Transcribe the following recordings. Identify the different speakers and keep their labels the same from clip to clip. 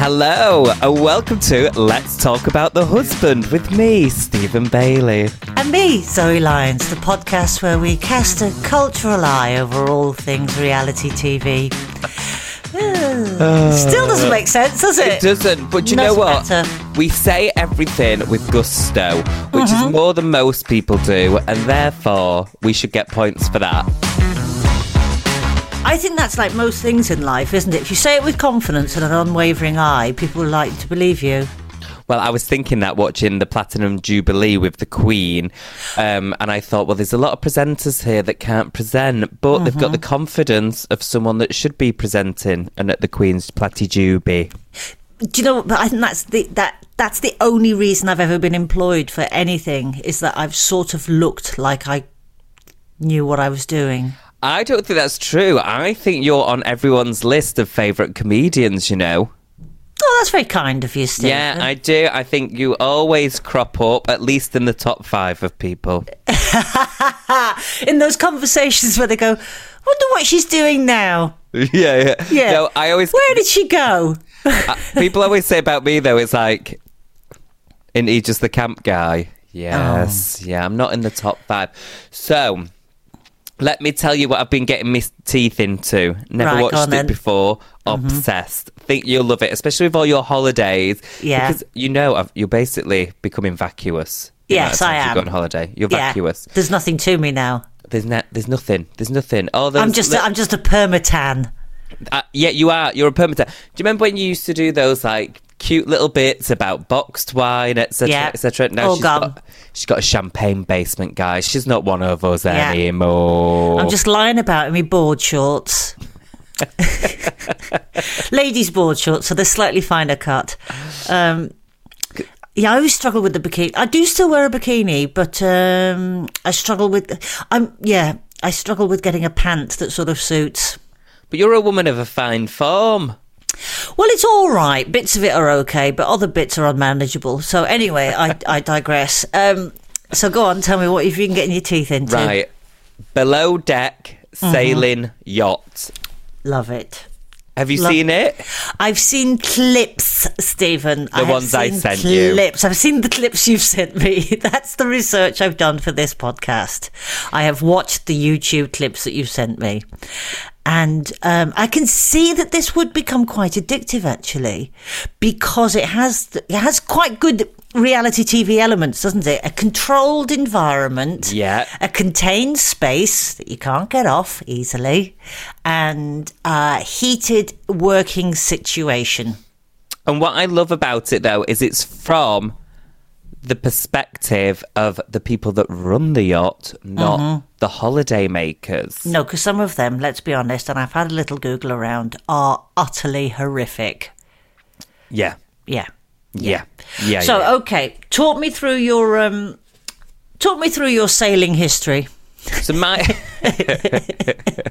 Speaker 1: Hello, and welcome to Let's Talk About the Husband with me, Stephen Bailey.
Speaker 2: And me, Zoe Lyons, the podcast where we cast a cultural eye over all things reality TV. Still doesn't make sense, does Uh, it?
Speaker 1: It doesn't, but you know
Speaker 2: Doesn't
Speaker 1: what?
Speaker 2: matter. Mm-hmm.
Speaker 1: We say everything with gusto, which is more than most people do, and therefore we should get points for that.
Speaker 2: I think that's like most things in life, isn't it? If you say it with confidence and an unwavering eye, people are likely to believe you.
Speaker 1: Well, I was thinking that watching the Platinum Jubilee with the Queen, um, and I thought, well, there's a lot of presenters here that can't present, but they've
Speaker 2: Mm-hmm.
Speaker 1: got the confidence of someone that should be presenting and at the Queen's Platy Jubilee.
Speaker 2: Do you know? But I think that's the that that's the only reason I've ever been employed for anything is that I've sort of looked like I knew what I was doing.
Speaker 1: I don't think that's true. I think you're on everyone's list of favourite comedians, you know.
Speaker 2: Oh, that's very kind of you, Steve.
Speaker 1: Yeah, I do. I think you always crop up, at least in the top five of people.
Speaker 2: in those conversations where they go, "Wonder what she's doing now."
Speaker 1: yeah, yeah.
Speaker 2: Yeah.
Speaker 1: No, I always.
Speaker 2: Where did she go?
Speaker 1: people always say about me, though, it's like, isn't he just the camp guy?
Speaker 2: Oh.
Speaker 1: Yes. Yeah, I'm not in the top five. So, let me tell you what I've been getting my teeth into. Never
Speaker 2: Right, go on
Speaker 1: watched
Speaker 2: then. Mm-hmm.
Speaker 1: it before. Obsessed. Think you'll love it, especially with all your holidays.
Speaker 2: Yeah.
Speaker 1: Because you know, I've- you're basically becoming vacuous. the amount
Speaker 2: Yes,
Speaker 1: of times
Speaker 2: I
Speaker 1: You go
Speaker 2: am.
Speaker 1: on holiday. You're
Speaker 2: Yeah,
Speaker 1: vacuous.
Speaker 2: there's nothing to me now.
Speaker 1: There's na- There's nothing. There's nothing. Oh, those
Speaker 2: I'm just
Speaker 1: li-
Speaker 2: a, I'm just a permatan.
Speaker 1: uh, yeah, you are. You're a permit. Do you remember when you used to do those like cute little bits about boxed wine, etc.,
Speaker 2: Yeah.
Speaker 1: etc.? Now
Speaker 2: All
Speaker 1: she's
Speaker 2: gone.
Speaker 1: got she's got a champagne basement, guys. She's not one of us
Speaker 2: Yeah.
Speaker 1: anymore.
Speaker 2: I'm just lying about in my board shorts. Ladies' board shorts, so they're slightly finer cut. Um, yeah, I always struggle with the bikini. I do still wear a bikini, but um, I struggle with. I'm yeah, I struggle with getting a pant that sort of suits.
Speaker 1: but you're a woman of a fine form.
Speaker 2: Well, it's all right. Bits of it are okay, but other bits are unmanageable. So anyway, I, I digress. Um, so go on, tell me what if you can get your teeth into.
Speaker 1: Right. Below deck
Speaker 2: Mm-hmm.
Speaker 1: sailing yacht.
Speaker 2: love it.
Speaker 1: Have you
Speaker 2: Lo-
Speaker 1: seen it?
Speaker 2: I've seen clips, Stephen. The
Speaker 1: ones I sent you.
Speaker 2: clips. I've seen the clips you've sent me. That's the research I've done for this podcast. I have watched the YouTube clips that you've sent me. And um, I can see that this would become quite addictive, actually, because it has it has quite good reality TV elements, doesn't it? A controlled environment,
Speaker 1: Yeah.
Speaker 2: a contained space that you can't get off easily, and a heated working situation.
Speaker 1: And what I love about it though is it's from the perspective of the people that run the yacht, not the holidaymakers.
Speaker 2: Mm-hmm. No, because some of them, let's be honest, and I've had a little Google around, are utterly horrific.
Speaker 1: Yeah.
Speaker 2: Yeah.
Speaker 1: Yeah. Yeah.
Speaker 2: so,
Speaker 1: yeah.
Speaker 2: okay, talk me through your um, talk me through your sailing history.
Speaker 1: so my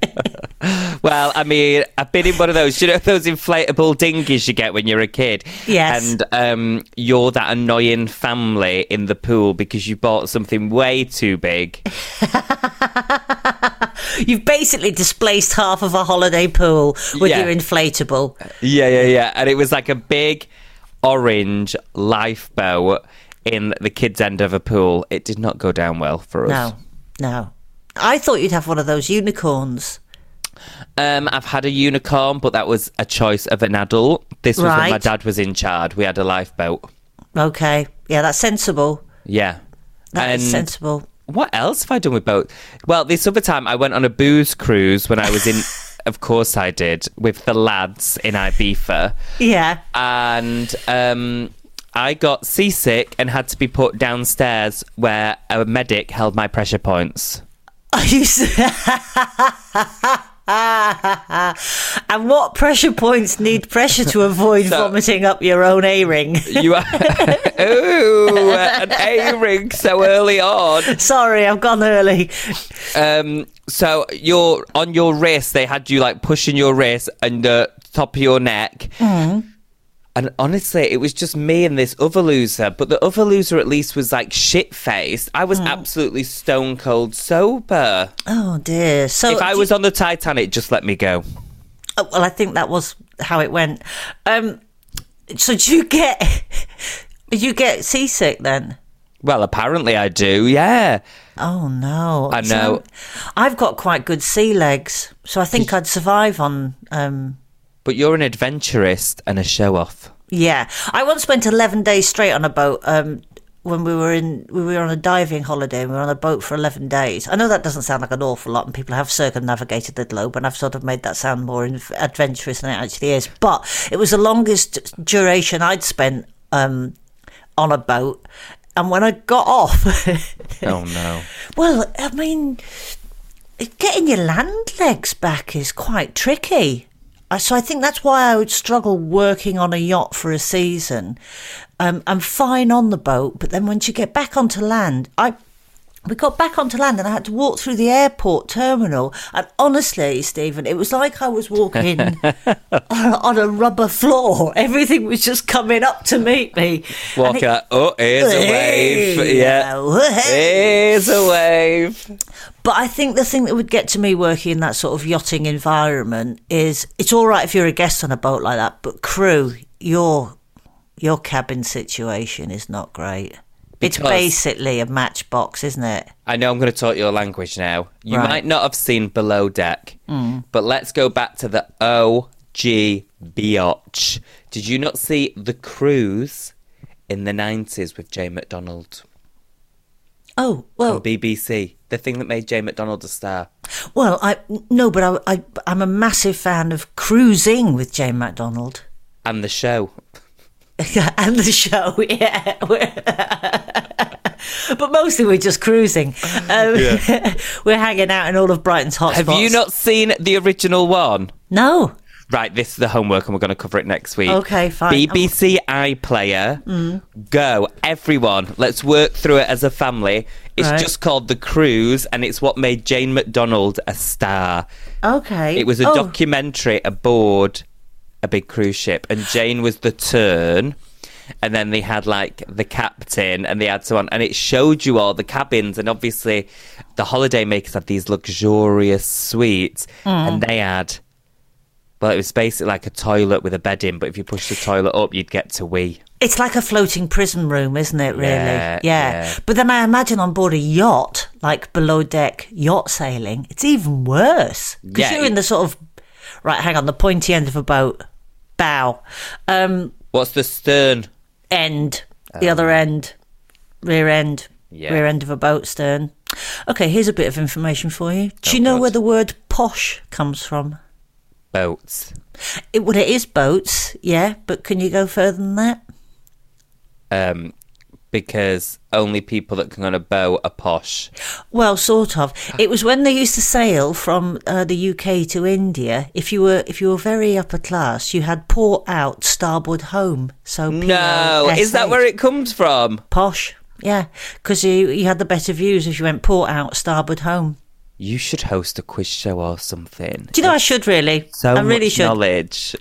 Speaker 1: Well, I mean, I've been in one of those, you know, those inflatable dinghies you get when you're a kid.
Speaker 2: Yes.
Speaker 1: And um, you're that annoying family in the pool because you bought something way too big.
Speaker 2: You've basically displaced half of a holiday pool with
Speaker 1: Yeah.
Speaker 2: your inflatable.
Speaker 1: Yeah, yeah, yeah. And it was like a big orange lifeboat in the kids' end of a pool. It did not go down well for us.
Speaker 2: No, no. I thought you'd have one of those unicorns.
Speaker 1: Um, I've had a unicorn, but that was a choice of an adult. This was when my
Speaker 2: Right.
Speaker 1: dad was in charge. We had a lifeboat.
Speaker 2: Okay. Yeah, that's sensible.
Speaker 1: Yeah.
Speaker 2: That is
Speaker 1: And-
Speaker 2: sensible.
Speaker 1: What else have I done with boats? Well, this other time I went on a booze cruise when I was in. of course, I did with the lads in Ibiza,
Speaker 2: Yeah.
Speaker 1: and um, I got seasick and had to be put downstairs where a medic held my pressure points.
Speaker 2: Are you s- and what pressure points need pressure to avoid vomiting up your own A ring?
Speaker 1: You are ooh an A ring so early on.
Speaker 2: Sorry, I've gone early.
Speaker 1: Um, so your on your wrist, they had you like pushing your wrist and the top of your neck.
Speaker 2: Mm-hmm.
Speaker 1: And honestly, it was just me and this other loser. But the other loser at least was like shit faced. I
Speaker 2: Mm.
Speaker 1: was absolutely stone cold sober.
Speaker 2: Oh dear. So
Speaker 1: if I
Speaker 2: do-
Speaker 1: was on the Titanic, just let me go.
Speaker 2: oh, well, I think that was how it went. Um, so do you get you get seasick then?
Speaker 1: Well, apparently I do. Yeah,
Speaker 2: Oh no!
Speaker 1: I know.
Speaker 2: I've got quite good sea legs, so I think I'd survive on. Um,
Speaker 1: but you're an adventurist and a show off.
Speaker 2: yeah, I once spent eleven days straight on a boat. Um, when we were in, we were on a diving holiday. and We were on a boat for eleven days. I know that doesn't sound like an awful lot, and people have circumnavigated the globe, and I've sort of made that sound more in- adventurous than it actually is. But it was the longest duration I'd spent um, on a boat. And when I got off,
Speaker 1: Oh no.
Speaker 2: Well, I mean, getting your land legs back is quite tricky. Uh, So I think that's why I would struggle working on a yacht for a season. Um, I'm fine on the boat, but then once you get back onto land, I we got back onto land and I had to walk through the airport terminal. And honestly, Stephen, it was like I was walking on, on a rubber floor. Everything was just coming up to meet me. And
Speaker 1: Walk
Speaker 2: it-
Speaker 1: out. Oh, here's a wave.
Speaker 2: Hey,
Speaker 1: Yeah.
Speaker 2: yeah, hey.
Speaker 1: Here's a wave.
Speaker 2: But I think the thing that would get to me working in that sort of yachting environment is it's all right if you're a guest on a boat like that, but crew, your your cabin situation is not great. it's
Speaker 1: Because-
Speaker 2: basically a matchbox, isn't it?
Speaker 1: I know I'm going to talk your language now. You
Speaker 2: Right. Hmm.
Speaker 1: might not have seen Below Deck, but let's go back to the OG Biatch. Did you not see The Cruise in the 90s with Jay McDonald
Speaker 2: Oh well,
Speaker 1: on BBC? The thing that made Jay McDonald a star.
Speaker 2: well, I no, but I, I I'm a massive fan of cruising with Jane MacDonald
Speaker 1: And the show.
Speaker 2: and the show, yeah. but mostly we're just cruising. Um, we're hanging out in all of Brighton's hotspots.
Speaker 1: Oh, Have you not seen the original one?
Speaker 2: No.
Speaker 1: Right, this is the homework, and we're going to cover it next week.
Speaker 2: Okay, fine. Mm.
Speaker 1: BBC iPlayer, go everyone. Let's work through it as a family. It's
Speaker 2: Right.
Speaker 1: just called The Cruise, and it's what made Jane McDonald a star.
Speaker 2: Okay.
Speaker 1: It was a
Speaker 2: Oh,
Speaker 1: documentary aboard a big cruise ship, and Jane was the turn. And then they had like the captain and they had someone, and it showed you all the cabins. And obviously, the holidaymakers had these luxurious suites, and they had well, it was basically like a toilet with a bed in, but if you push the toilet up, you'd get to wee.
Speaker 2: It's like a floating prison room, isn't it, really?
Speaker 1: Yeah,
Speaker 2: Yeah,
Speaker 1: yeah.
Speaker 2: But then I imagine on board a yacht, like below deck yacht sailing, it's even worse. Because
Speaker 1: Yeah,
Speaker 2: you're in
Speaker 1: it-
Speaker 2: the sort of, right, hang on, the pointy end of a boat, bow, um,
Speaker 1: What's the stern?
Speaker 2: end, the other end, rear end,
Speaker 1: Um, Yeah.
Speaker 2: rear end of a boat, stern. Okay, here's a bit of information for you. Do you know
Speaker 1: Oh, God.
Speaker 2: where the word posh comes from?
Speaker 1: Boats.
Speaker 2: It, well, it is boats, yeah, but can you go further than that?
Speaker 1: Um, because only people that can go on a boat are posh.
Speaker 2: Well, sort of.
Speaker 1: Ah.
Speaker 2: It was when they used to sail from uh, the UK to India. If you were if you were very upper class, you had port out starboard home. So
Speaker 1: No, is that
Speaker 2: POSH.
Speaker 1: where it comes from?
Speaker 2: posh? Yeah, because you you had the better views if you went port out starboard home.
Speaker 1: You should host a quiz show or something.
Speaker 2: Do you know I should really?
Speaker 1: So
Speaker 2: I really
Speaker 1: much
Speaker 2: should.
Speaker 1: knowledge.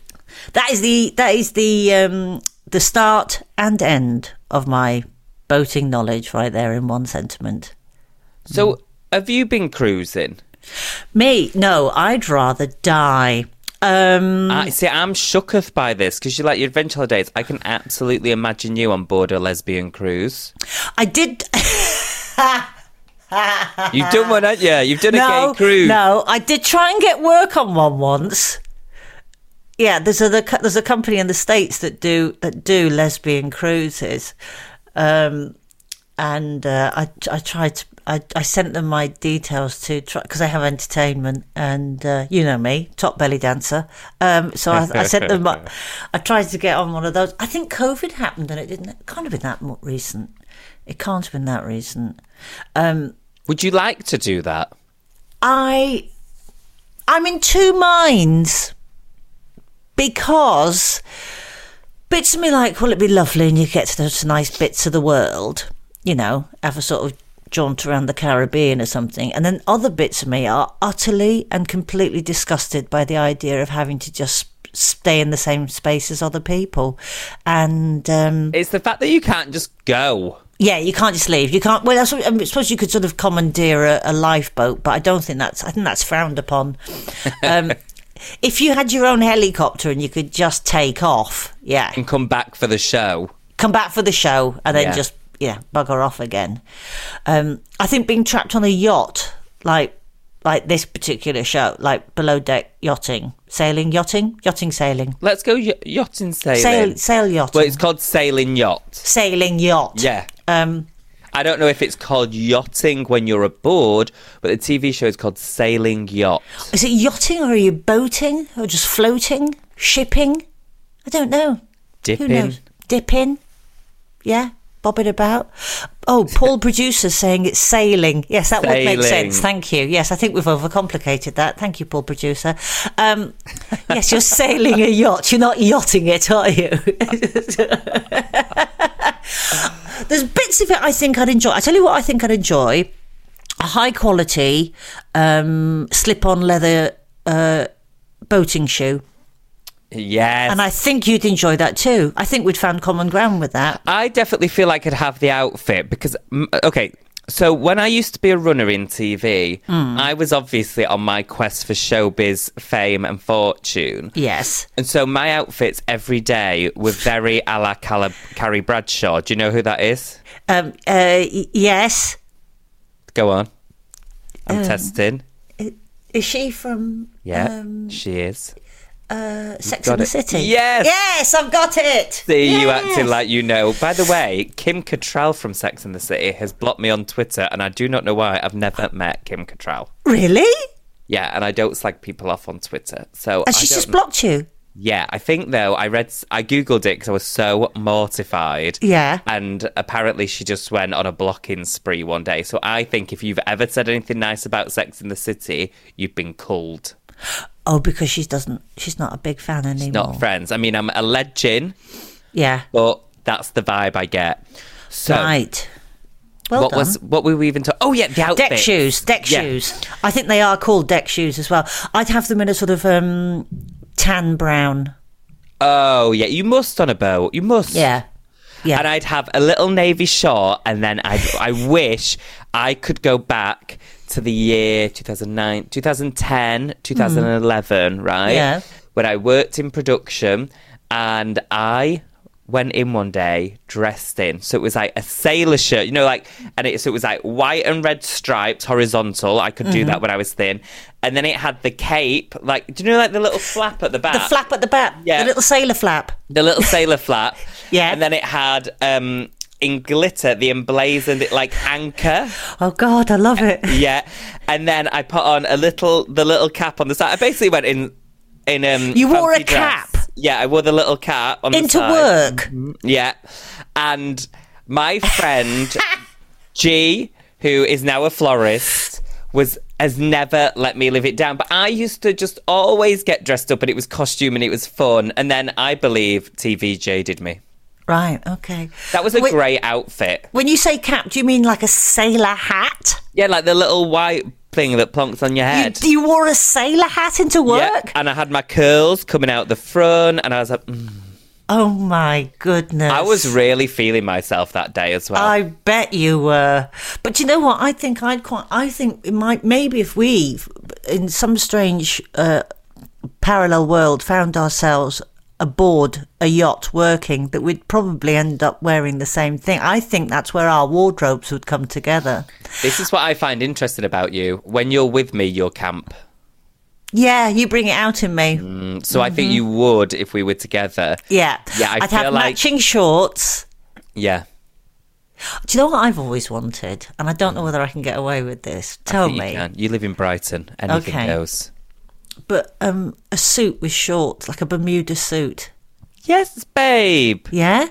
Speaker 2: That is the that is the um, the start and end of my boating knowledge right there in one sentiment. Mm.
Speaker 1: So, have you been cruising?
Speaker 2: Me? No, I'd rather die. Um,
Speaker 1: I see. I'm shooketh by this because you like your adventure holidays. I can absolutely imagine you on board a lesbian cruise.
Speaker 2: I did.
Speaker 1: You've done one, haven't you? You've done a
Speaker 2: no,
Speaker 1: gay cruise.
Speaker 2: no, I did try and get work on one once. Yeah, there's a there's a company in the states that do that do lesbian cruises, um, and uh, I I tried to. I, I sent them my details to try because I have entertainment and uh, you know me top belly dancer um, so I, I sent them my, I tried to get on one of those I think COVID happened and it didn't it can't have been that mu- recent it can't have been that recent um,
Speaker 1: Would you like to do that?
Speaker 2: I I'm in two minds because bits of me like, will it be lovely and you get to those nice bits of the world, you know, have a sort of jaunt around the Caribbean or something. And then other bits of me are utterly and completely disgusted by the idea of having to just stay in the same space as other people. And um
Speaker 1: It's the fact that you can't just go.
Speaker 2: yeah, you can't just leave. You can't. Well, that's what, I suppose you could sort of commandeer a, a lifeboat, but I don't think that's. I think that's frowned upon. Um, if you had your own helicopter and you could just take off, yeah,
Speaker 1: and come back for the show.
Speaker 2: come back for the show and then
Speaker 1: Yeah.
Speaker 2: just yeah bugger off again. Um, I think being trapped on a yacht like like this particular show, like below deck yachting, sailing, yachting, yachting, sailing,
Speaker 1: Let's go y- yachting sailing.
Speaker 2: sail, sail yachting,
Speaker 1: well, it's called sailing yacht.
Speaker 2: sailing yacht.
Speaker 1: Yeah.
Speaker 2: Um,
Speaker 1: I don't know if it's called yachting when you're aboard, but the TV show is called Sailing Yacht.
Speaker 2: Is it yachting or are you boating or just floating? Shipping? I don't know. Who
Speaker 1: Dipping.
Speaker 2: knows? Dipping? Yeah, bobbing about. Oh, Paul producer saying it's sailing. Yes, that would make
Speaker 1: Sailing.
Speaker 2: sense. Thank you. Yes, I think we've overcomplicated that. Thank you, Paul producer. Um, yes, you're sailing a yacht. You're not yachting it, are you? There's bits of it I think I'd enjoy. I tell you what I think I'd enjoy a high quality um, slip on leather uh, boating shoe.
Speaker 1: Yes.
Speaker 2: And I think you'd enjoy that too. I think we'd found common ground with that.
Speaker 1: I definitely feel I could have the outfit because, mm, okay, so when I used to be a runner in TV,
Speaker 2: Hmm.
Speaker 1: I was obviously on my quest for showbiz fame and fortune.
Speaker 2: Yes.
Speaker 1: And so my outfits every day were very a la Cala- Carrie Bradshaw. Do you know who that is?
Speaker 2: Um, uh, y- yes.
Speaker 1: Go on.
Speaker 2: Um,
Speaker 1: I'm testing.
Speaker 2: Is she from
Speaker 1: Yeah,
Speaker 2: um,
Speaker 1: she is.
Speaker 2: uh, Sex
Speaker 1: got
Speaker 2: in the
Speaker 1: it.
Speaker 2: City?
Speaker 1: Yes!
Speaker 2: Yes, I've got it.
Speaker 1: See you
Speaker 2: Yes!
Speaker 1: acting like you know. By the way, Kim Cattrall from Sex and the City has blocked me on Twitter, and I do not know why. I've never met Kim Cattrall.
Speaker 2: Really?
Speaker 1: Yeah, and I don't slag people off on Twitter. So
Speaker 2: And
Speaker 1: I
Speaker 2: she's
Speaker 1: don't
Speaker 2: just
Speaker 1: kn-
Speaker 2: blocked you.
Speaker 1: Yeah, I think though I read, I googled it because I was so mortified.
Speaker 2: Yeah.
Speaker 1: and apparently she just went on a blocking spree one day. So I think if you've ever said anything nice about Sex in the City, you've been culled.
Speaker 2: Oh, because she doesn't. She's not a big fan anymore.
Speaker 1: Not friends. I mean, I'm alleging,
Speaker 2: yeah.
Speaker 1: but that's the vibe I get. So
Speaker 2: Right. Well
Speaker 1: what
Speaker 2: done.
Speaker 1: was what were we even talking? Oh yeah, the outfit.
Speaker 2: deck shoes deck
Speaker 1: Yeah.
Speaker 2: shoes i think they are called deck shoes as well i'd have them in a sort of um tan brown
Speaker 1: Oh yeah, you must on a boat. You must.
Speaker 2: yeah yeah
Speaker 1: and I'd have a little navy short, and then I I wish I could go back to the year 2009, 2010, 2011, right?
Speaker 2: Mm. Yeah.
Speaker 1: When I worked in production, and I went in one day dressed in, so it was like a sailor shirt, you know, like, and it so it was like white and red stripes horizontal. I could do
Speaker 2: Mm-hmm.
Speaker 1: that when I was thin, and then it had the cape, like, do you know, like the little flap at the back,
Speaker 2: the flap at the back
Speaker 1: Yeah.
Speaker 2: the little sailor flap
Speaker 1: the little sailor flap.
Speaker 2: Yeah.
Speaker 1: And then it had um in glitter the emblazoned it like anchor.
Speaker 2: oh god i love it
Speaker 1: Yeah. And then I put on a little the little cap on the side. I basically went in in um
Speaker 2: You wore
Speaker 1: fancy
Speaker 2: a cap?
Speaker 1: dress. Yeah, I wore the little cap on the
Speaker 2: into
Speaker 1: side.
Speaker 2: work
Speaker 1: Yeah. And my friend G, who is now a florist, was has never let me live it down. But I used to just always get dressed up and it was costume and it was fun. And then I believe TV jaded me.
Speaker 2: right okay
Speaker 1: That was a
Speaker 2: Wait-
Speaker 1: grey outfit.
Speaker 2: when you say cap do you mean like a sailor hat
Speaker 1: Yeah, like the little white thing that plonks on your
Speaker 2: you,
Speaker 1: head.
Speaker 2: you wore a sailor hat into
Speaker 1: Yeah,
Speaker 2: work
Speaker 1: and I had my curls coming out the front, and I was like, mm.
Speaker 2: oh my goodness
Speaker 1: I was really feeling myself that day as well.
Speaker 2: I bet you were. But you know what? I think I'd quite. I think it might. Maybe if we, in some strange uh, parallel world found ourselves aboard a yacht working, that we'd probably end up wearing the same thing. I think that's where our wardrobes would come together.
Speaker 1: This is what I find interesting about you. When you're with me, you're camp.
Speaker 2: Yeah, you bring it out in me.
Speaker 1: So I think you
Speaker 2: Mm-hmm.
Speaker 1: would if we were together.
Speaker 2: Yeah.
Speaker 1: Yeah, I
Speaker 2: would
Speaker 1: feel
Speaker 2: have
Speaker 1: like-
Speaker 2: matching shorts.
Speaker 1: Yeah.
Speaker 2: Do you know what I've always wanted? And I don't know whether I can get away with this. Tell
Speaker 1: You,
Speaker 2: me.
Speaker 1: can. you live in Brighton. Anything
Speaker 2: Okay.
Speaker 1: goes.
Speaker 2: But um, a suit with shorts, like a Bermuda suit.
Speaker 1: Yes, babe.
Speaker 2: Yeah?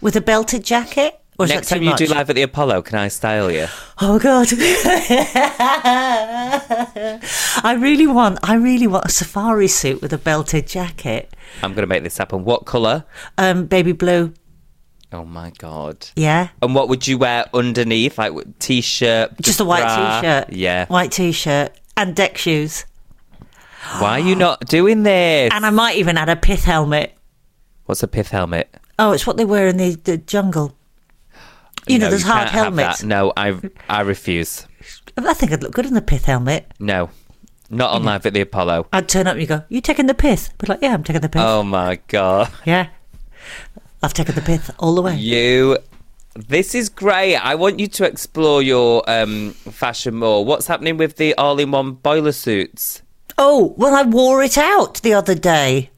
Speaker 2: With a belted jacket? Or is
Speaker 1: Next
Speaker 2: that
Speaker 1: time
Speaker 2: too
Speaker 1: you
Speaker 2: much?
Speaker 1: do live at the Apollo, can I style you?
Speaker 2: Oh god. I really want I really want a safari suit with a belted jacket.
Speaker 1: I'm going to make this happen. What colour?
Speaker 2: Um baby blue.
Speaker 1: Oh my god.
Speaker 2: Yeah.
Speaker 1: And what would you wear underneath? Like w- t-shirt,
Speaker 2: Just a white
Speaker 1: bra?
Speaker 2: t-shirt.
Speaker 1: Yeah.
Speaker 2: White t-shirt and deck shoes.
Speaker 1: Why are you not doing this?
Speaker 2: And I might even add a pith helmet.
Speaker 1: What's a pith helmet?
Speaker 2: Oh, it's what they wear in the, the jungle. You know,
Speaker 1: No,
Speaker 2: there's hard
Speaker 1: can't have that.
Speaker 2: helmets.
Speaker 1: No, I I refuse.
Speaker 2: I think I'd look good in the pith helmet.
Speaker 1: No, not on live at the Apollo.
Speaker 2: I'd turn up and you go, You taking the pith? But like, yeah, I'm taking the pith.
Speaker 1: Oh my god,
Speaker 2: Yeah. I've taken the pith all the way.
Speaker 1: you! This is great. I want you to explore your um, fashion more. What's happening with the all-in-one boiler suits?
Speaker 2: Oh, well I wore it out the other day.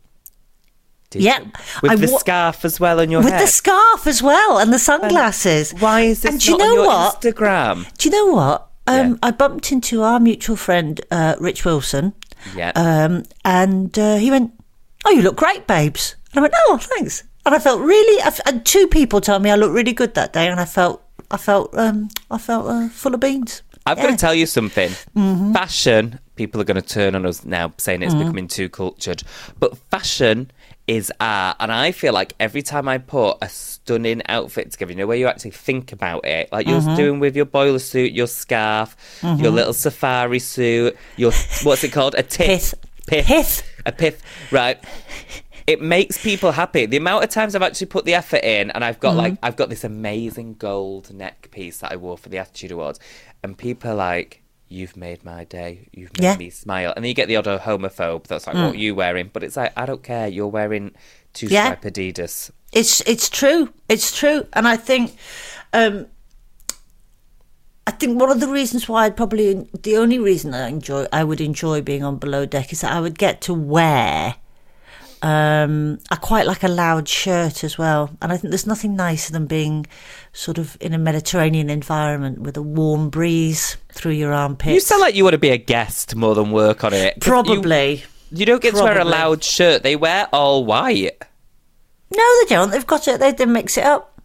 Speaker 1: Did
Speaker 2: Yeah,
Speaker 1: you- with
Speaker 2: I
Speaker 1: the
Speaker 2: wa-
Speaker 1: scarf as well on your
Speaker 2: with
Speaker 1: head.
Speaker 2: the scarf as well and the sunglasses.
Speaker 1: Why is this
Speaker 2: And
Speaker 1: not
Speaker 2: do you know
Speaker 1: on your
Speaker 2: what?
Speaker 1: Instagram?
Speaker 2: Do you know what? Um,
Speaker 1: Yeah.
Speaker 2: I bumped into our mutual friend uh, Rich Wilson,
Speaker 1: Yeah.
Speaker 2: um, and uh, he went, "Oh, you look great, babes." And I went, "Oh, thanks." And I felt really. I f- and two people told me I looked really good that day, and I felt, I felt, um, I felt uh, full of beans.
Speaker 1: I've got
Speaker 2: yeah. Mm-hmm.
Speaker 1: to tell you something. Fashion, people are going to turn on us now, saying it's becoming too cultured. But fashion is art. And I feel like every time I put a stunning outfit together, you know, where you actually think about it, like
Speaker 2: Mm-hmm.
Speaker 1: you're doing with your boiler suit, your scarf, your little safari suit, your, what's it called? A tith.
Speaker 2: Pith.
Speaker 1: Pith.
Speaker 2: Pith.
Speaker 1: A pith. Right. It makes people happy. The amount of times I've actually put the effort in, and I've got like I've got this amazing gold neck piece that I wore for the Attitude Awards, and people are like, "You've made my day. You've made
Speaker 2: Yeah.
Speaker 1: me smile." And then you get the odd homophobe that's like, "What are you wearing?" But it's like, I don't care. You're wearing two
Speaker 2: Yeah.
Speaker 1: stripe Adidas.
Speaker 2: It's it's true. It's true. And I think um I think one of the reasons why I'd probably the only reason I enjoy I would enjoy being on below deck is that I would get to wear um I quite like a loud shirt as well. And I think there's nothing nicer than being sort of in a Mediterranean environment with a warm breeze through your armpits.
Speaker 1: You sound like you want to be a guest more than work on it. 'Cause you-
Speaker 2: probably
Speaker 1: You, don't get to wear a
Speaker 2: Probably.
Speaker 1: loud shirt. They wear all white.
Speaker 2: No, they don't. They've got it. They, they mix it up.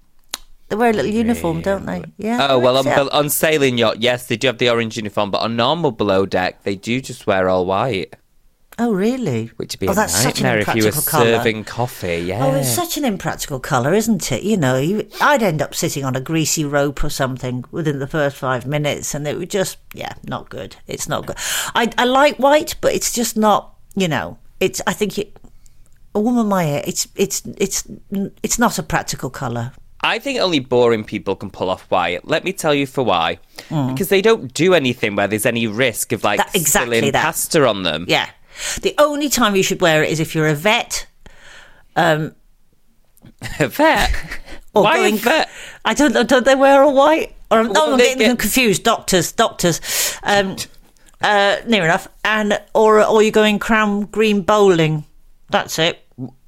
Speaker 2: They wear a little uniform, don't they? Yeah.
Speaker 1: Oh
Speaker 2: they
Speaker 1: well, on,
Speaker 2: mix it up.
Speaker 1: bel- on sailing yacht, yes, they do have the orange uniform, but on normal below deck, they do just wear all white,
Speaker 2: Oh, really?
Speaker 1: which would be
Speaker 2: oh,
Speaker 1: a
Speaker 2: that's such an
Speaker 1: nightmare if you were
Speaker 2: impractical colour.
Speaker 1: serving coffee. Yeah,
Speaker 2: Oh, it's such an impractical colour, isn't it? You know, you, I'd end up sitting on a greasy rope or something within the first five minutes, and it would just, yeah, not good. It's not good. I, I like white, but it's just not, you know, it's, I think it, a woman my age, it's, it's, it's, it's not a practical colour.
Speaker 1: I think only boring people can pull off white. Let me tell you for why, because they don't do anything where there's any risk of like
Speaker 2: Mm. That- exactly
Speaker 1: spilling
Speaker 2: that.
Speaker 1: pasta on them.
Speaker 2: Yeah. The only time you should wear it is if you're a vet.
Speaker 1: A vet.
Speaker 2: Or
Speaker 1: Why
Speaker 2: going-
Speaker 1: a vet?
Speaker 2: I don't know. Don't they wear all white? Or I'm,
Speaker 1: Well,
Speaker 2: no, I'm
Speaker 1: they
Speaker 2: getting
Speaker 1: get-
Speaker 2: them confused. Doctors, doctors. Um, uh, near enough. And or or you're going crown green bowling. That's it.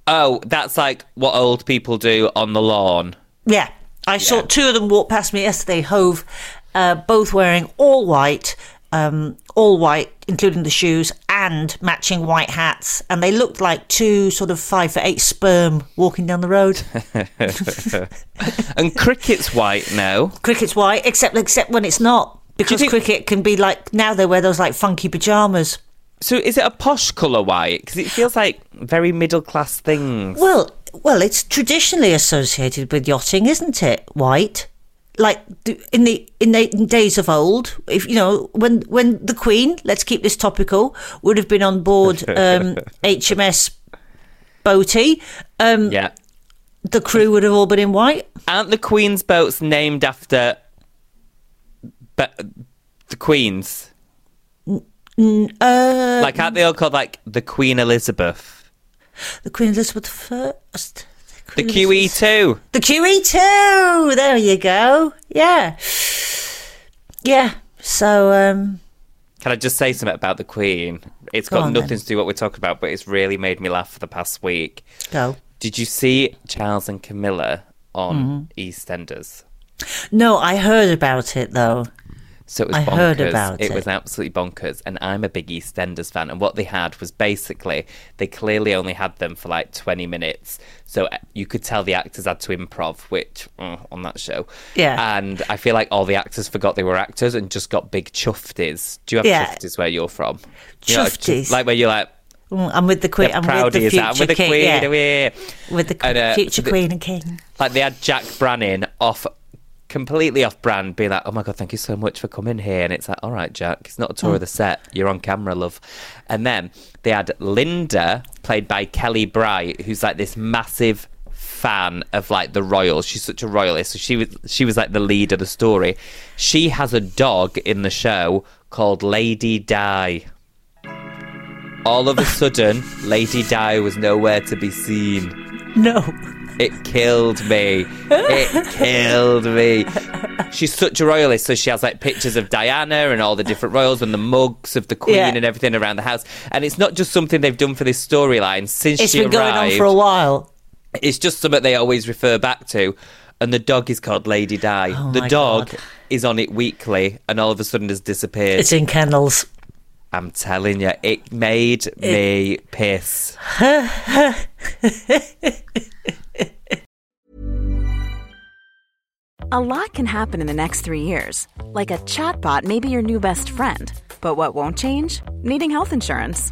Speaker 1: Oh, that's like what old people do on the lawn.
Speaker 2: Yeah. I saw two of them walk past me yesterday. Hove, uh, both wearing all white, um, all white, including the shoes and matching white hats, and they looked like two sort of five for eight sperm walking down the road.
Speaker 1: And cricket's white now.
Speaker 2: cricket's white, except except when it's not, because
Speaker 1: think-
Speaker 2: cricket can be like now they wear those like funky pajamas.
Speaker 1: So is it a posh colour white? Because it feels like very middle class things.
Speaker 2: Well, well, it's traditionally associated with yachting, isn't it? White, like th- in the in the in days of old, if you know when when the Queen, let's keep this topical, would have been on board um, HMS Boaty, um,
Speaker 1: Yeah.
Speaker 2: the crew would have all been in white.
Speaker 1: Aren't the Queen's boats named after be- the Queen's?
Speaker 2: Uh,
Speaker 1: Like, aren't they all called like the Queen Elizabeth,
Speaker 2: the Queen Elizabeth first.
Speaker 1: the
Speaker 2: Queen
Speaker 1: QE
Speaker 2: Elizabeth-
Speaker 1: two?
Speaker 2: The QE2. There you go. Yeah. Yeah. So, um,
Speaker 1: Can I just say something about the Queen? It's
Speaker 2: Go
Speaker 1: got
Speaker 2: on,
Speaker 1: nothing
Speaker 2: then.
Speaker 1: to do with what we're talking about, but it's really made me laugh for the past week.
Speaker 2: go.
Speaker 1: Did you see Charles and Camilla on
Speaker 2: Mm-hmm.
Speaker 1: EastEnders?
Speaker 2: No, I heard about it though.
Speaker 1: So it was
Speaker 2: I
Speaker 1: bonkers.
Speaker 2: heard about it.
Speaker 1: was absolutely bonkers. And I'm a big EastEnders fan. And what they had was basically, they clearly only had them for like 20 minutes. So uh, you could tell the actors had to improv, which, mm, on that show.
Speaker 2: Yeah.
Speaker 1: And I feel like all the actors forgot they were actors and just got big chufties. Do you have
Speaker 2: Yeah.
Speaker 1: chufties where you're from? You know, like, chu-
Speaker 2: Chufties?
Speaker 1: like where you're like,
Speaker 2: Mm, I'm with the Queen.
Speaker 1: yeah,
Speaker 2: I'm with the
Speaker 1: Proudy is
Speaker 2: future
Speaker 1: that. I'm with the
Speaker 2: king.
Speaker 1: Queen.
Speaker 2: yeah.
Speaker 1: we're-
Speaker 2: With the
Speaker 1: And, uh,
Speaker 2: future
Speaker 1: the-
Speaker 2: Queen and King.
Speaker 1: like they had Jack Brannan off completely off brand being like oh my god thank you so much for coming here and it's like all right Jack it's not a tour of the set you're on camera love and then they had Linda played by Kelly Bright who's like this massive fan of like the royals she's such a royalist so she was she was like the lead of the story she has a dog in the show called Lady Di all of a sudden Lady Di was nowhere to be seen
Speaker 2: No.
Speaker 1: it killed me. It killed me. She's such a royalist, so she has like pictures of Diana and all the different royals and the mugs of the Queen
Speaker 2: Yeah.
Speaker 1: and everything around the house. And it's not just something they've done for this storyline since
Speaker 2: It's
Speaker 1: she
Speaker 2: been going on
Speaker 1: arrived.
Speaker 2: for a while.
Speaker 1: It's just something they always refer back to. And the dog is called Lady Di. the
Speaker 2: Oh my
Speaker 1: dog
Speaker 2: God.
Speaker 1: is on it weekly, and all of a sudden has disappeared.
Speaker 2: It's in kennels.
Speaker 1: I'm telling you, it made me piss.
Speaker 3: A lot can happen in the next three years. Like a chatbot may be your new best friend. But what won't change? Needing health insurance.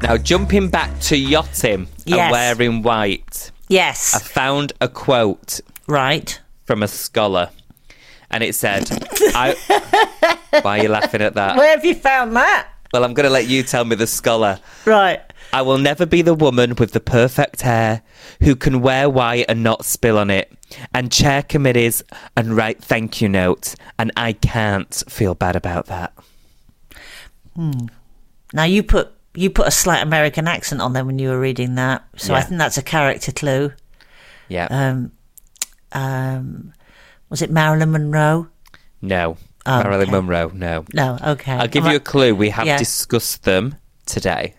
Speaker 1: Now, jumping back to yachting and
Speaker 2: Yes.
Speaker 1: wearing white, I
Speaker 2: Yes.
Speaker 1: found a quote
Speaker 2: Right.
Speaker 1: from a scholar, and it said, I... "Why are you laughing at that?"
Speaker 2: Where have you found that?
Speaker 1: Well, I'm going to let you tell me the scholar.
Speaker 2: Right.
Speaker 1: I will never be the woman with the perfect hair who can wear white and not spill on it, and chair committees and write thank you notes, and I can't feel bad about that.
Speaker 2: Now you put you put a slight American accent on there when you were reading that, so I
Speaker 1: Yeah.
Speaker 2: think that's a character clue.
Speaker 1: Yeah,
Speaker 2: Um, um, was it Marilyn Monroe?
Speaker 1: no,
Speaker 2: oh,
Speaker 1: Marilyn
Speaker 2: okay.
Speaker 1: Monroe, no.
Speaker 2: No. Okay.
Speaker 1: I'll give
Speaker 2: Am
Speaker 1: you
Speaker 2: I-
Speaker 1: a clue. We have
Speaker 2: Yeah.
Speaker 1: discussed them today.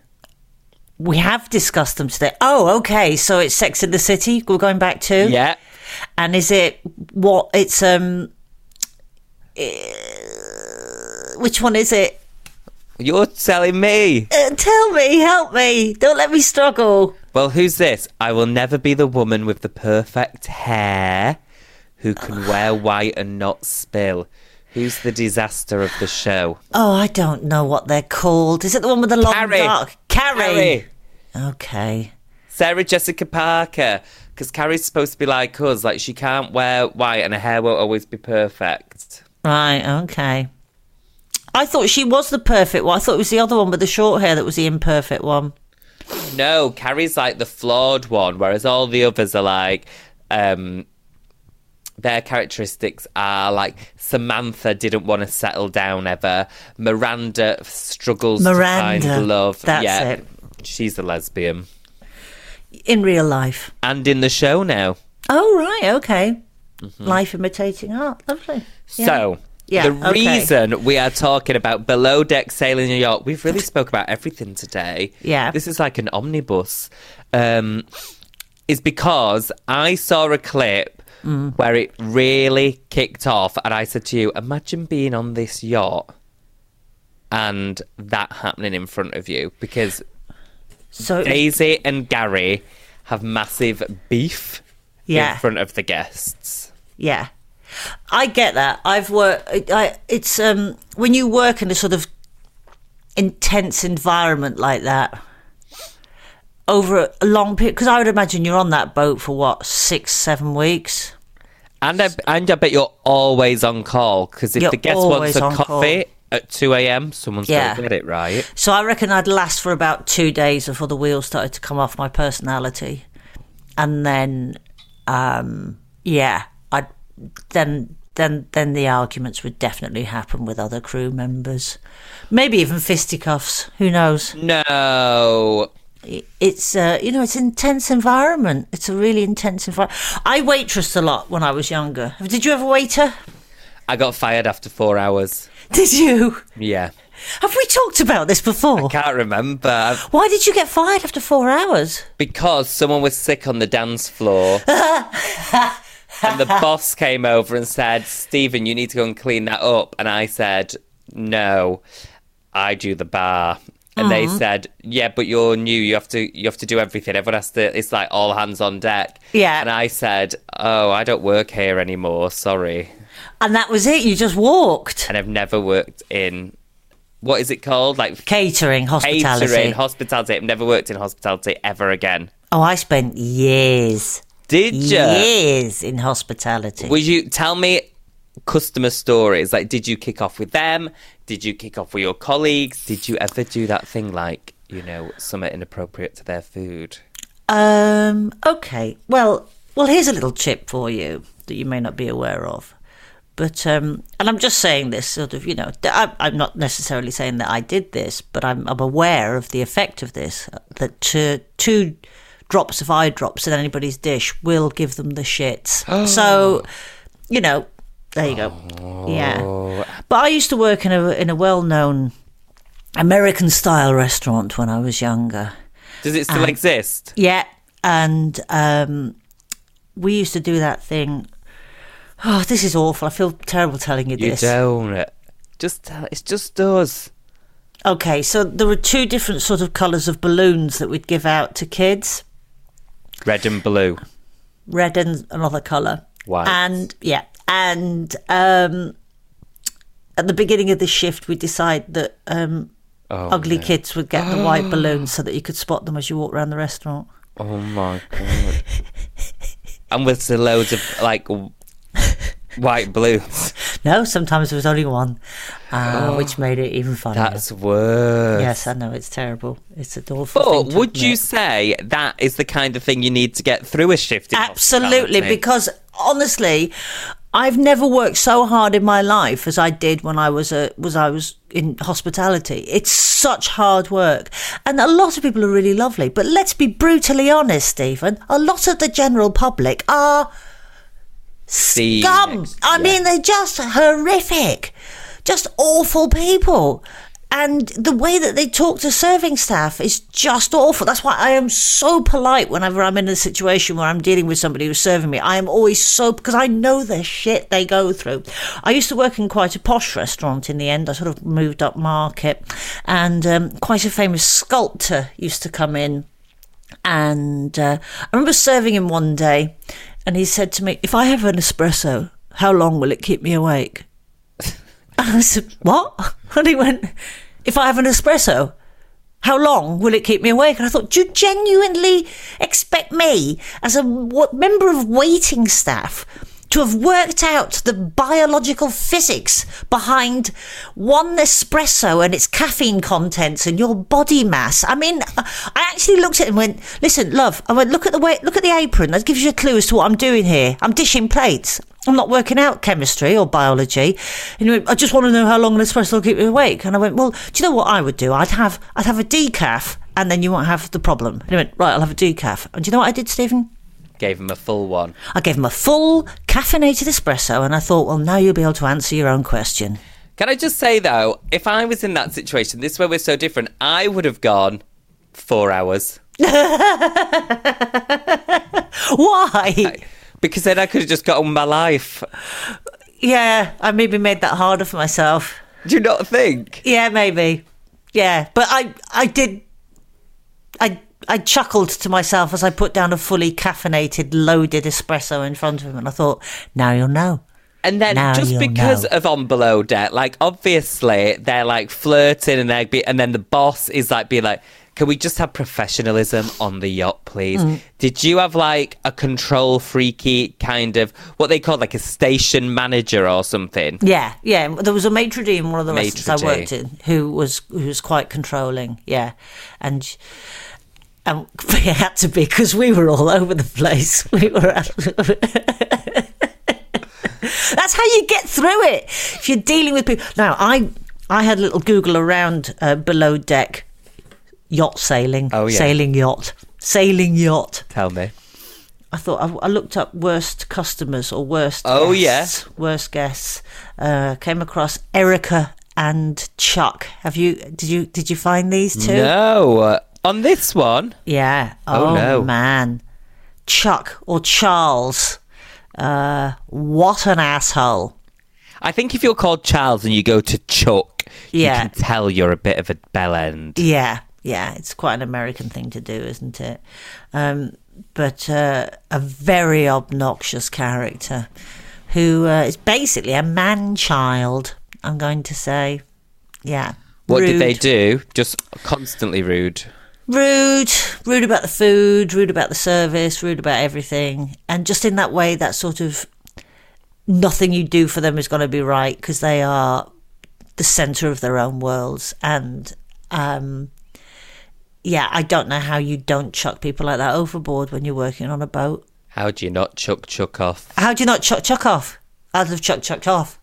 Speaker 2: We have discussed them today. Oh, okay. So it's Sex in the City. We're going back to.
Speaker 1: Yeah.
Speaker 2: And is it what? It's um. eh, which one is it?
Speaker 1: You're telling me.
Speaker 2: Uh, tell me. Help me. Don't let me struggle.
Speaker 1: Well, who's this? I will never be the woman with the perfect hair who can wear white and not spill. Who's the disaster of the show?
Speaker 2: Oh, I don't know what they're called. Is it the one with the long
Speaker 1: Carrie.
Speaker 2: dark? Carrie.
Speaker 1: Carrie.
Speaker 2: Okay.
Speaker 1: Sarah Jessica Parker. Because Carrie's supposed to be like us. Like, she can't wear white and her hair won't always be perfect.
Speaker 2: Right. Okay. I thought she was the perfect one. I thought it was the other one with the short hair that was the imperfect one.
Speaker 1: No, Carrie's like the flawed one, whereas all the others are like um their characteristics are like Samantha didn't want to settle down ever. Miranda struggles
Speaker 2: Miranda,
Speaker 1: to find love.
Speaker 2: that's
Speaker 1: yeah,
Speaker 2: it.
Speaker 1: she's a lesbian.
Speaker 2: In real life.
Speaker 1: And in the show now.
Speaker 2: Oh, right. Okay.
Speaker 1: Mm-hmm.
Speaker 2: Life imitating art. Lovely. Yeah.
Speaker 1: So
Speaker 2: Yeah,
Speaker 1: the
Speaker 2: okay.
Speaker 1: reason we are talking about below deck sailing New York, we've really spoke about everything today.
Speaker 2: Yeah.
Speaker 1: This is like an omnibus. Um is because I saw a clip
Speaker 2: Mm.
Speaker 1: where it really kicked off and I said to you, Imagine being on this yacht and that happening in front of you because
Speaker 2: So,
Speaker 1: Daisy and Gary have massive beef
Speaker 2: Yeah.
Speaker 1: in front of the guests.
Speaker 2: yeah. I get that. I've worked. I, it's um when you work in a sort of intense environment like that over a long period. Because I would imagine you're on that boat for what six, seven weeks.
Speaker 1: And I, and I bet you're always on call because if
Speaker 2: You're
Speaker 1: the guest
Speaker 2: always
Speaker 1: wants a
Speaker 2: on
Speaker 1: coffee at 2 a.m., someone's
Speaker 2: Yeah.
Speaker 1: going to get it right.
Speaker 2: So I reckon I'd last for about two days before the wheels started to come off my personality, and then, um, yeah, I'd then then then the arguments would definitely happen with other crew members, maybe even fisticuffs. Who knows?
Speaker 1: No.
Speaker 2: It's uh, you know it's an intense environment. It's a really intense environment. I waitressed a lot when I was younger. Did you ever waiter?
Speaker 1: I got fired after four hours.
Speaker 2: Did you?
Speaker 1: Yeah.
Speaker 2: Have we talked about this before?
Speaker 1: Can't remember.
Speaker 2: Why did you get fired after four hours?
Speaker 1: Because someone was sick on the dance floor. and the boss came over and said, Stephen, you need to go and clean that up. And I said, No, I do the bar. And they said, "Yeah, but you're new. You have to, you have to do everything. Everyone has to. It's like all hands on deck."
Speaker 2: Yeah.
Speaker 1: And I said, "Oh, I don't work here anymore. Sorry."
Speaker 2: And that was it. You just walked.
Speaker 1: And I've never worked in, what is it called? Like
Speaker 2: Catering, hospitality.
Speaker 1: catering, hospitality. I've never worked in hospitality ever again.
Speaker 2: oh, I spent years,
Speaker 1: Did you?
Speaker 2: years in hospitality.
Speaker 1: Would you tell me customer stories? Like, did you kick off with them? Did you kick off with your colleagues? Did you ever do that thing like, you know, something inappropriate to their food?
Speaker 2: um, okay. Well, well, here's a little tip for you that you may not be aware of. But um, and I'm just saying this sort of, you know, th- I, I'm not necessarily saying that I did this, but I'm, I'm aware of the effect of this. uh, That two, two drops of eye drops in anybody's dish will give them the shits. so, you know, there you go. Yeah. But I used to work in a in a well known American style restaurant when I was younger.
Speaker 1: Does it still exist?
Speaker 2: Yeah, and um, we used to do that thing. Oh, this is awful. I feel terrible telling you
Speaker 1: You
Speaker 2: this.
Speaker 1: don't. Just tell. It's just us.
Speaker 2: Okay, so there were two different sort of colours of balloons that we'd give out to kids.
Speaker 1: Red and blue.
Speaker 2: red and another color.
Speaker 1: White.
Speaker 2: And yeah, and um, at the beginning of the shift, we decide that um,
Speaker 1: Oh,
Speaker 2: ugly kids would get the white balloons so that you could spot them as you walk around the restaurant.
Speaker 1: Oh my god. and with the loads of like w- white blues.
Speaker 2: No, sometimes there was only one, uh, which made it even funnier.
Speaker 1: Oh. That's worse.
Speaker 2: yes, I know it's terrible. It's an awful.
Speaker 1: But
Speaker 2: thing to
Speaker 1: would you
Speaker 2: admit.
Speaker 1: say that is the kind of thing you need to get through a shift? in
Speaker 2: Absolutely,
Speaker 1: hospitality?
Speaker 2: because honestly, I've never worked so hard in my life as I did when I was a was I was in hospitality. It's such hard work, and a lot of people are really lovely. But let's be brutally honest, Stephen. A lot of the general public are
Speaker 1: The
Speaker 2: scum.
Speaker 1: next-
Speaker 2: I
Speaker 1: yeah.
Speaker 2: mean, they're just horrific, just awful people. And the way that they talk to serving staff is just awful. That's why I am so polite whenever I'm in a situation where I'm dealing with somebody who's serving me. I am always so, because I know the shit they go through. I used to work in quite a posh restaurant in the end. I sort of moved up market and um, quite a famous sculptor used to come in and uh, I remember serving him one day, and he said to me, "If I have an espresso, how long will it keep me awake?" and I said, "What?" And he went, "If I have an espresso." How long will it keep me awake? And I thought, do you genuinely expect me, as a wa- member of waiting staff, to have worked out the biological physics behind one Nespresso and its caffeine contents and your body mass. I mean, I actually looked at it and went, listen, love, I went, look at the way, look at the apron. That gives you a clue as to what I'm doing here. I'm dishing plates. I'm not working out chemistry or biology. And he went, I just want to know how long an espresso will keep you awake. And I went, well, do you know what I would do? I'd have, I'd have a decaf and then you won't have the problem. And he went, right, I'll have a decaf. And do you know what I did, Stephen?
Speaker 1: Gave him a full one.
Speaker 2: I gave him a full caffeinated espresso and I thought, well, now you'll be able to answer your own question.
Speaker 1: Can I just say though, if I was in that situation, this is where we're so different, I would have gone four hours.
Speaker 2: Why?
Speaker 1: Because then I could have just got on with my life.
Speaker 2: yeah, I maybe made that harder for myself.
Speaker 1: Do you not think?
Speaker 2: Yeah, maybe. Yeah, but I I did I I chuckled to myself as I put down a fully caffeinated loaded espresso in front of him and I thought, now you'll know.
Speaker 1: And then
Speaker 2: Now
Speaker 1: just
Speaker 2: you'll
Speaker 1: because
Speaker 2: know.
Speaker 1: of on below deck, like obviously they're like flirting and they be and then the boss is like being like, Can we just have professionalism on the yacht, please?
Speaker 2: Mm.
Speaker 1: Did you have like a control freaky kind of what they call like a station manager or something?
Speaker 2: Yeah, yeah. There was a maitre d in one of the
Speaker 1: Maitre
Speaker 2: restaurants I
Speaker 1: d'.
Speaker 2: worked in who was who was quite controlling. Yeah, and and it had to be because we were all over the place. We were. out- That's how you get through it if you're dealing with people. Now, I I had a little Google around uh, below deck yacht sailing,
Speaker 1: Oh, yeah.
Speaker 2: sailing yacht, sailing yacht.
Speaker 1: Tell me.
Speaker 2: I thought I, I looked up worst customers or worst.
Speaker 1: Oh,
Speaker 2: guests, worst guests. Uh, came across Erica and Chuck. Have you? Did you? Did you find these two?
Speaker 1: No. uh, On this one,
Speaker 2: Yeah.
Speaker 1: Oh, no.
Speaker 2: man, Chuck or Charles. Uh, what an asshole.
Speaker 1: I think if you're called Charles and you go to Chuck,
Speaker 2: Yeah.
Speaker 1: you can tell you're a bit of a bell end.
Speaker 2: Yeah, yeah, it's quite an American thing to do, isn't it? Um, but uh, a very obnoxious character who uh, is basically a man child, I'm going to say. Yeah.
Speaker 1: What did they
Speaker 2: Rude.
Speaker 1: do? Just constantly rude.
Speaker 2: Rude, rude about the food, rude about the service, rude about everything. And just in that way, that sort of nothing you do for them is going to be right because they are the center of their own worlds. And um, yeah, I don't know how you don't chuck people like that overboard when you're working on a boat.
Speaker 1: How do you not chuck chuck off?
Speaker 2: How do you not chuck chuck off? I'd have chuck chucked off.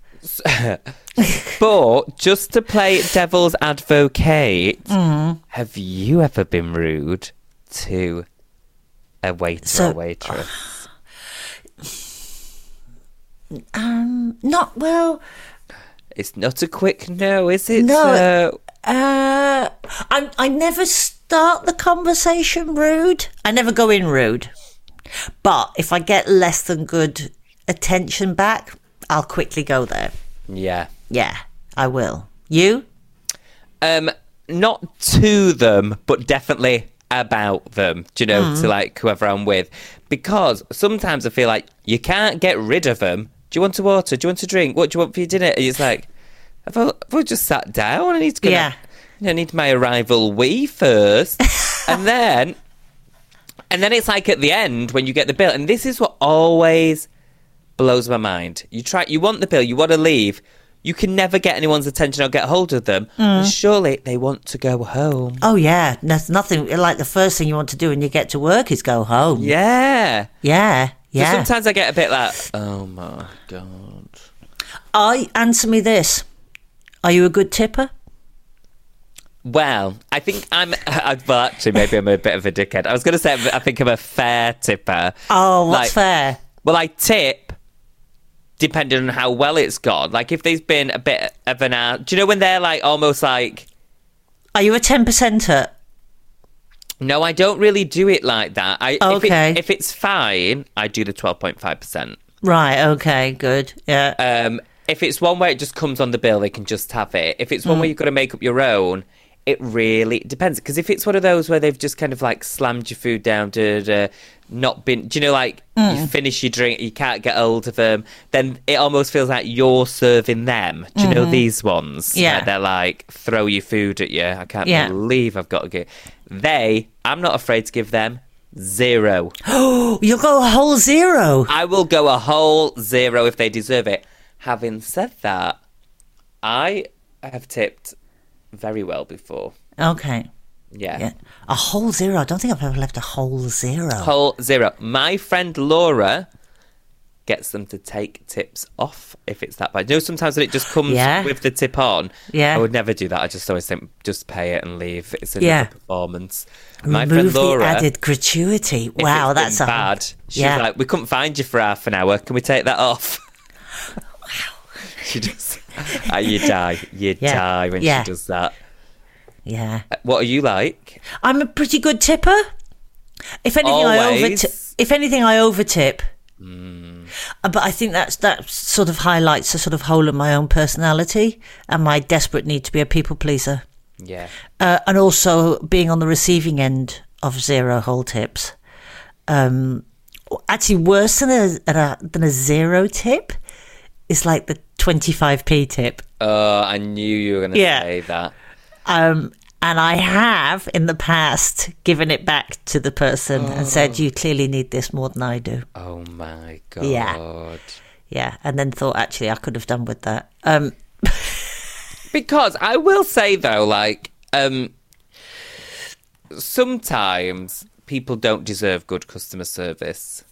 Speaker 1: But just to play devil's advocate,
Speaker 2: Mm-hmm.
Speaker 1: have you ever been rude to a waiter
Speaker 2: So-
Speaker 1: or waitress?
Speaker 2: Not well.
Speaker 1: It's not a quick no, is it?
Speaker 2: No,
Speaker 1: sir?
Speaker 2: Uh, I I never start the conversation rude. I never go in rude. But if I get less than good attention back, I'll quickly go there.
Speaker 1: yeah.
Speaker 2: Yeah, I will. You?
Speaker 1: um not to them but definitely about them do you know to like whoever i'm with because sometimes i feel like you can't get rid of them do you want a water do you want a drink what do you want for your dinner and it's like i've, al- I've al- just sat down i need to go
Speaker 2: Yeah.
Speaker 1: i need my arrival wee first and then and then it's like at the end when you get the bill and this is what always blows my mind. You try, you want the bill, you want to leave. You can never get anyone's attention or get hold of them.
Speaker 2: Mm.
Speaker 1: And Surely they want to go home.
Speaker 2: Oh yeah, there's nothing like the first thing you want to do when you get to work is go home.
Speaker 1: Yeah.
Speaker 2: yeah,
Speaker 1: So
Speaker 2: yeah.
Speaker 1: Sometimes I get a bit like, oh my god.
Speaker 2: I answer me this: Are you a good tipper?
Speaker 1: Well, I think I'm. I, well, actually, maybe I'm a bit of a dickhead. I was going to say I think I'm a fair tipper.
Speaker 2: Oh,
Speaker 1: Like-
Speaker 2: what's fair?
Speaker 1: Well, I tip depending on how well it's gone. Like if there's been a bit of an, ar- do you know when they're like almost like
Speaker 2: Are you a ten percenter?
Speaker 1: No, I don't really do it like that. I,
Speaker 2: Okay.
Speaker 1: If, it, if it's fine, I do the 12.5%.
Speaker 2: Right. Okay. Good. Yeah.
Speaker 1: Um, if it's one where it just comes on the bill, they can just have it. If it's one
Speaker 2: Mm.
Speaker 1: where you've got to make up your own, it really depends. Because if it's one of those where they've just kind of like slammed your food down, da, da, da, not been, do you know, like
Speaker 2: Mm.
Speaker 1: you finish your drink, you can't get hold of them, then it almost feels like you're serving them. Do you know these ones?
Speaker 2: Mm-hmm. Yeah.
Speaker 1: Where they're like, throw your food at you. I can't
Speaker 2: Yeah.
Speaker 1: believe I've got to get. They, I'm not afraid to give them Zero. Uh,
Speaker 2: You'll go a whole zero.
Speaker 1: I will go a whole zero if they deserve it. Having said that, I have tipped very well before.
Speaker 2: Okay.
Speaker 1: Yeah.
Speaker 2: Yeah. A whole zero. I don't think I've ever left a whole zero.
Speaker 1: Whole zero. My friend Laura gets them to take tips off if it's that bad. You know, sometimes when it just comes
Speaker 2: Yeah.
Speaker 1: with the tip on.
Speaker 2: Yeah.
Speaker 1: I would never do that. I just always think, just pay it and leave. It's another
Speaker 2: Yeah.
Speaker 1: performance. My
Speaker 2: Remove
Speaker 1: friend Laura.
Speaker 2: the added gratuity.
Speaker 1: if
Speaker 2: Wow,
Speaker 1: it's been
Speaker 2: that's a
Speaker 1: bad. She's
Speaker 2: yeah.
Speaker 1: like, we couldn't find you for half an hour. Can we take that off? she does. Ah, you die. You
Speaker 2: Yeah.
Speaker 1: die when
Speaker 2: Yeah.
Speaker 1: she does that. Uh,
Speaker 2: Yeah.
Speaker 1: What are you like?
Speaker 2: I'm a pretty good tipper. If anything, I over.
Speaker 1: Always. Hmm.
Speaker 2: If anything, I overtip. Uh, But I think that's that sort of highlights a sort of whole of my own personality and my desperate need to be a people pleaser,
Speaker 1: Yeah.
Speaker 2: uh, and also being on the receiving end of zero whole tips. Um, actually, worse than a, than a than a zero tip is like the twenty five p tip.
Speaker 1: Oh, I knew you were going to
Speaker 2: Yeah.
Speaker 1: say that.
Speaker 2: Um, and I have in the past given it back to the person and said, "You clearly need this more than I do."
Speaker 1: Oh my god.
Speaker 2: Yeah. Yeah, and then thought, actually, I could have done with that. Um,
Speaker 1: Because I will say though, like, um, sometimes people don't deserve good customer service.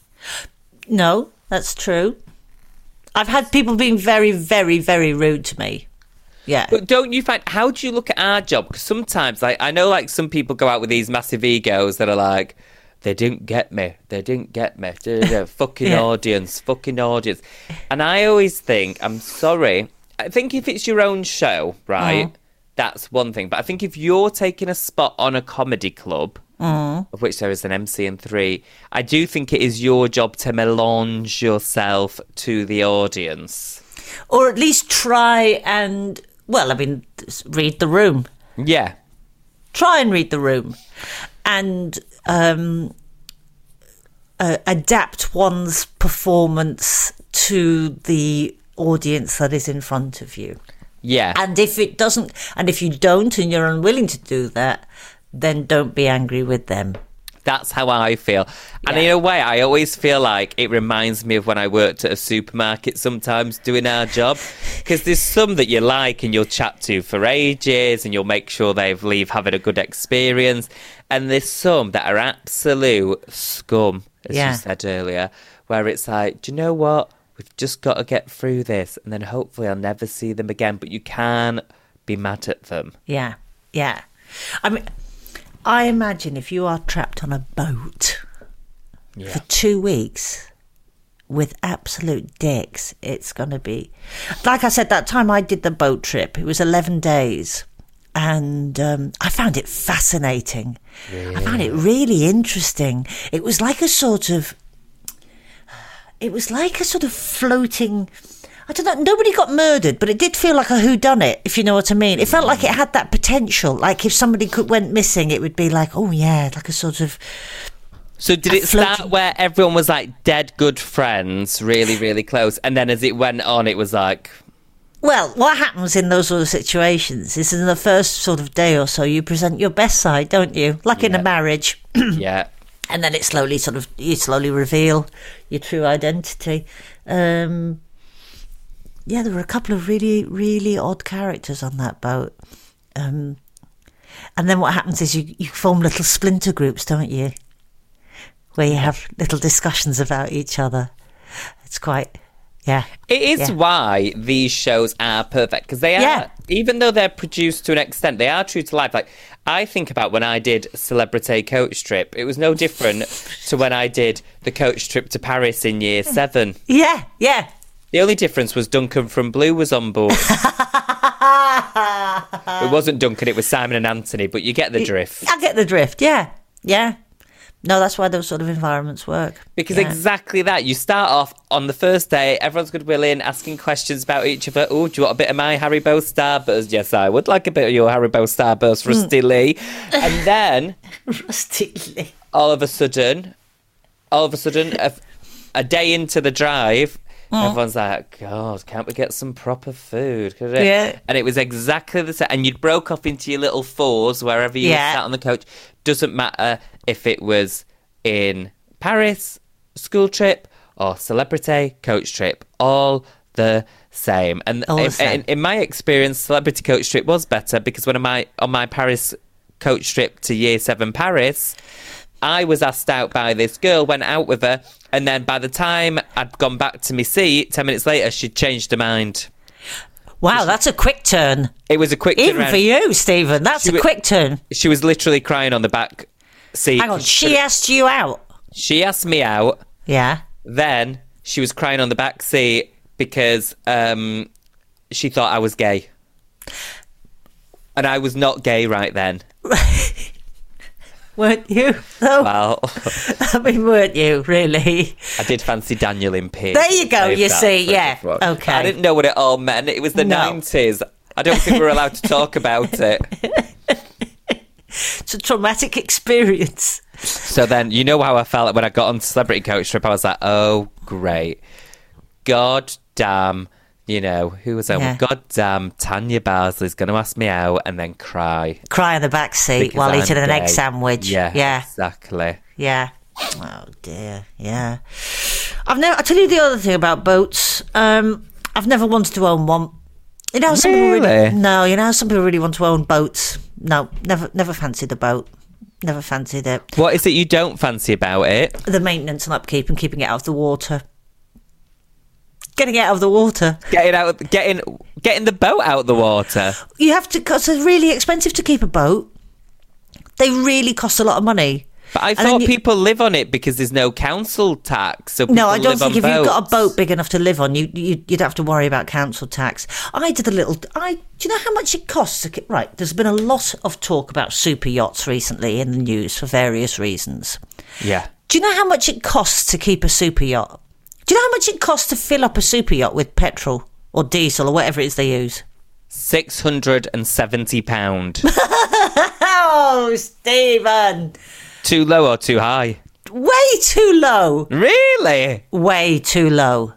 Speaker 2: no, that's true. I've had people being very, very, very rude to me. Yeah,
Speaker 1: But don't you find? How do you look at our job? Because sometimes, like, I know, like, some people go out with these massive egos that are like, they didn't get me, they didn't get me, Da, da, da. fucking
Speaker 2: Yeah.
Speaker 1: audience, fucking audience. And I always think, I'm sorry. I think if it's your own show, right, that's one thing. But I think if you're taking a spot on a comedy club, of which there is an MC and three, I do think it is your job to melange yourself to the audience.
Speaker 2: or at least try and well, I mean, s- read the room.
Speaker 1: Yeah.
Speaker 2: Try and read the room, and um, uh, adapt one's performance to the audience that is in front of you.
Speaker 1: Yeah.
Speaker 2: And if it doesn't, and if you don't, and you're unwilling to do that, then don't be angry with them.
Speaker 1: That's how I feel. And in a way, I always feel like it reminds me of when I worked at a supermarket sometimes doing our job. Because there's some that you like and you'll chat to for ages and you'll make sure they leave having a good experience. And there's some that are absolute scum, as
Speaker 2: Yeah.
Speaker 1: you said earlier, where it's like, do you know what? We've just got to get through this. And then hopefully I'll never see them again. But you can be mad at them.
Speaker 2: Yeah, yeah. I mean, I imagine if you are trapped on a boat for two weeks with absolute dicks, it's going to be. Like I said, that time I did the boat trip, it was 11 days. And um, I found it fascinating. I found it really interesting. It was like a sort of. It was like a sort of floating. I don't know. Nobody got murdered, but it did feel like a whodunit, if you know what I mean. It felt like it had that potential. Like if somebody could went missing, it would be like, oh yeah, like a sort of
Speaker 1: So did
Speaker 2: I
Speaker 1: it start
Speaker 2: floated-
Speaker 1: where everyone was like dead good friends, really, really close, and then as it went on, it was like,
Speaker 2: Well, what happens in those sort of situations is in the first sort of day or so, you present your best side, don't you? Like in a marriage,
Speaker 1: yeah,
Speaker 2: and then it slowly sort of you slowly reveal your true identity. Um, yeah, there were a couple of really, really odd characters on that boat. Um, and then what happens is you, you form little splinter groups, don't you? Where you have little discussions about each other. It's quite, yeah.
Speaker 1: it is
Speaker 2: Yeah.
Speaker 1: why these shows are perfect because they are,
Speaker 2: Yeah.
Speaker 1: even though they're produced to an extent, they are true to life. Like I think about when I did Celebrity Coach Trip, it was no different to when I did the Coach Trip to Paris in
Speaker 2: Hmm.
Speaker 1: Year Seven.
Speaker 2: Yeah, yeah.
Speaker 1: The only difference was Duncan from Blue was on board. it wasn't Duncan; it was Simon and Anthony. But you get the drift.
Speaker 2: I get the drift. Yeah, yeah. No, that's why those sort of environments work.
Speaker 1: Because
Speaker 2: Yeah.
Speaker 1: exactly that. You start off on the first day, everyone's goodwill in, asking questions about each other. Oh, do you want a bit of my Haribo Starburst? Yes, I would like a bit of your Haribo Starburst, Rusty Lee. And then
Speaker 2: Rusty
Speaker 1: all of a sudden, all of a sudden, a, a day into the drive,
Speaker 2: Mm.
Speaker 1: everyone's like, God, can't we get some proper food? Could it-"
Speaker 2: Yeah.
Speaker 1: And it was exactly the same. And you'd broke off into your little fours wherever you
Speaker 2: Yeah.
Speaker 1: sat on the couch. Doesn't matter if it was in Paris, school trip, or celebrity coach trip. All the same. And
Speaker 2: All the
Speaker 1: in-
Speaker 2: same.
Speaker 1: in- in my experience, celebrity coach trip was better because when my on my Paris coach trip to Year Seven Paris, I was asked out by this girl, went out with her, and then by the time I'd gone back to my seat, ten minutes later, she'd changed her mind.
Speaker 2: Wow, that's a quick turn.
Speaker 1: It was a quick
Speaker 2: Even
Speaker 1: turnaround.
Speaker 2: for you, Stephen, that's
Speaker 1: She
Speaker 2: a
Speaker 1: wa-
Speaker 2: quick turn.
Speaker 1: She was literally crying on the back seat.
Speaker 2: Hang on, she asked you out.
Speaker 1: She asked me out.
Speaker 2: Yeah.
Speaker 1: Then she was crying on the back seat because um, she thought I was gay, and I was not gay right then.
Speaker 2: Weren't you? Though
Speaker 1: Well,
Speaker 2: I mean, weren't you really?
Speaker 1: I did fancy Daniel in pink.
Speaker 2: There you go.
Speaker 1: Save
Speaker 2: You
Speaker 1: that
Speaker 2: see,
Speaker 1: for
Speaker 2: yeah.
Speaker 1: different one. I
Speaker 2: Okay.
Speaker 1: didn't know what it all meant. It was the
Speaker 2: No.
Speaker 1: nineties. I don't think we were allowed to talk about it.
Speaker 2: It's a traumatic experience.
Speaker 1: So then, you know how I felt when I got on Celebrity Coach Trip. I was like, "Oh, great, god damn." You know who was there?
Speaker 2: Yeah.
Speaker 1: God damn, Tanya Barsley's going to ask me out and then cry
Speaker 2: Cry in the back seat
Speaker 1: because
Speaker 2: while
Speaker 1: I'm
Speaker 2: eating an
Speaker 1: gay.
Speaker 2: egg sandwich.
Speaker 1: Yeah,
Speaker 2: Yeah.
Speaker 1: exactly.
Speaker 2: Yeah. Oh dear. Yeah. I've never. I tell you the other thing about boats. Um, I've never wanted to own one. You know, how some people
Speaker 1: Really?
Speaker 2: really. No, you know, how some people really want to own boats. No, never, never fancied a boat. Never fancied it.
Speaker 1: What is it you don't fancy about it?
Speaker 2: The maintenance and upkeep and keeping it out of the water. Getting it out of the water.
Speaker 1: Getting out, getting, getting the boat out of the water.
Speaker 2: You have to, because it's really expensive to keep a boat. They really cost a lot of money.
Speaker 1: But I
Speaker 2: And then
Speaker 1: thought
Speaker 2: you-
Speaker 1: people live on it because there's no council tax. So
Speaker 2: No,
Speaker 1: people
Speaker 2: I don't
Speaker 1: live on
Speaker 2: think if you've got a
Speaker 1: boats.
Speaker 2: boat big enough to live on, you, you you'd have to worry about council tax. I did a little. I do you know how much it costs? to ke- Right, there's been a lot of talk about super yachts recently in the news for various reasons.
Speaker 1: Yeah.
Speaker 2: Do you know how much it costs to keep a super yacht? Do you know how much it costs to fill up a super yacht with petrol or diesel or whatever it is they use?
Speaker 1: Six hundred and seventy pound.
Speaker 2: Oh, Stephen,
Speaker 1: too low or too high?
Speaker 2: way too low.
Speaker 1: Really?
Speaker 2: Way too low.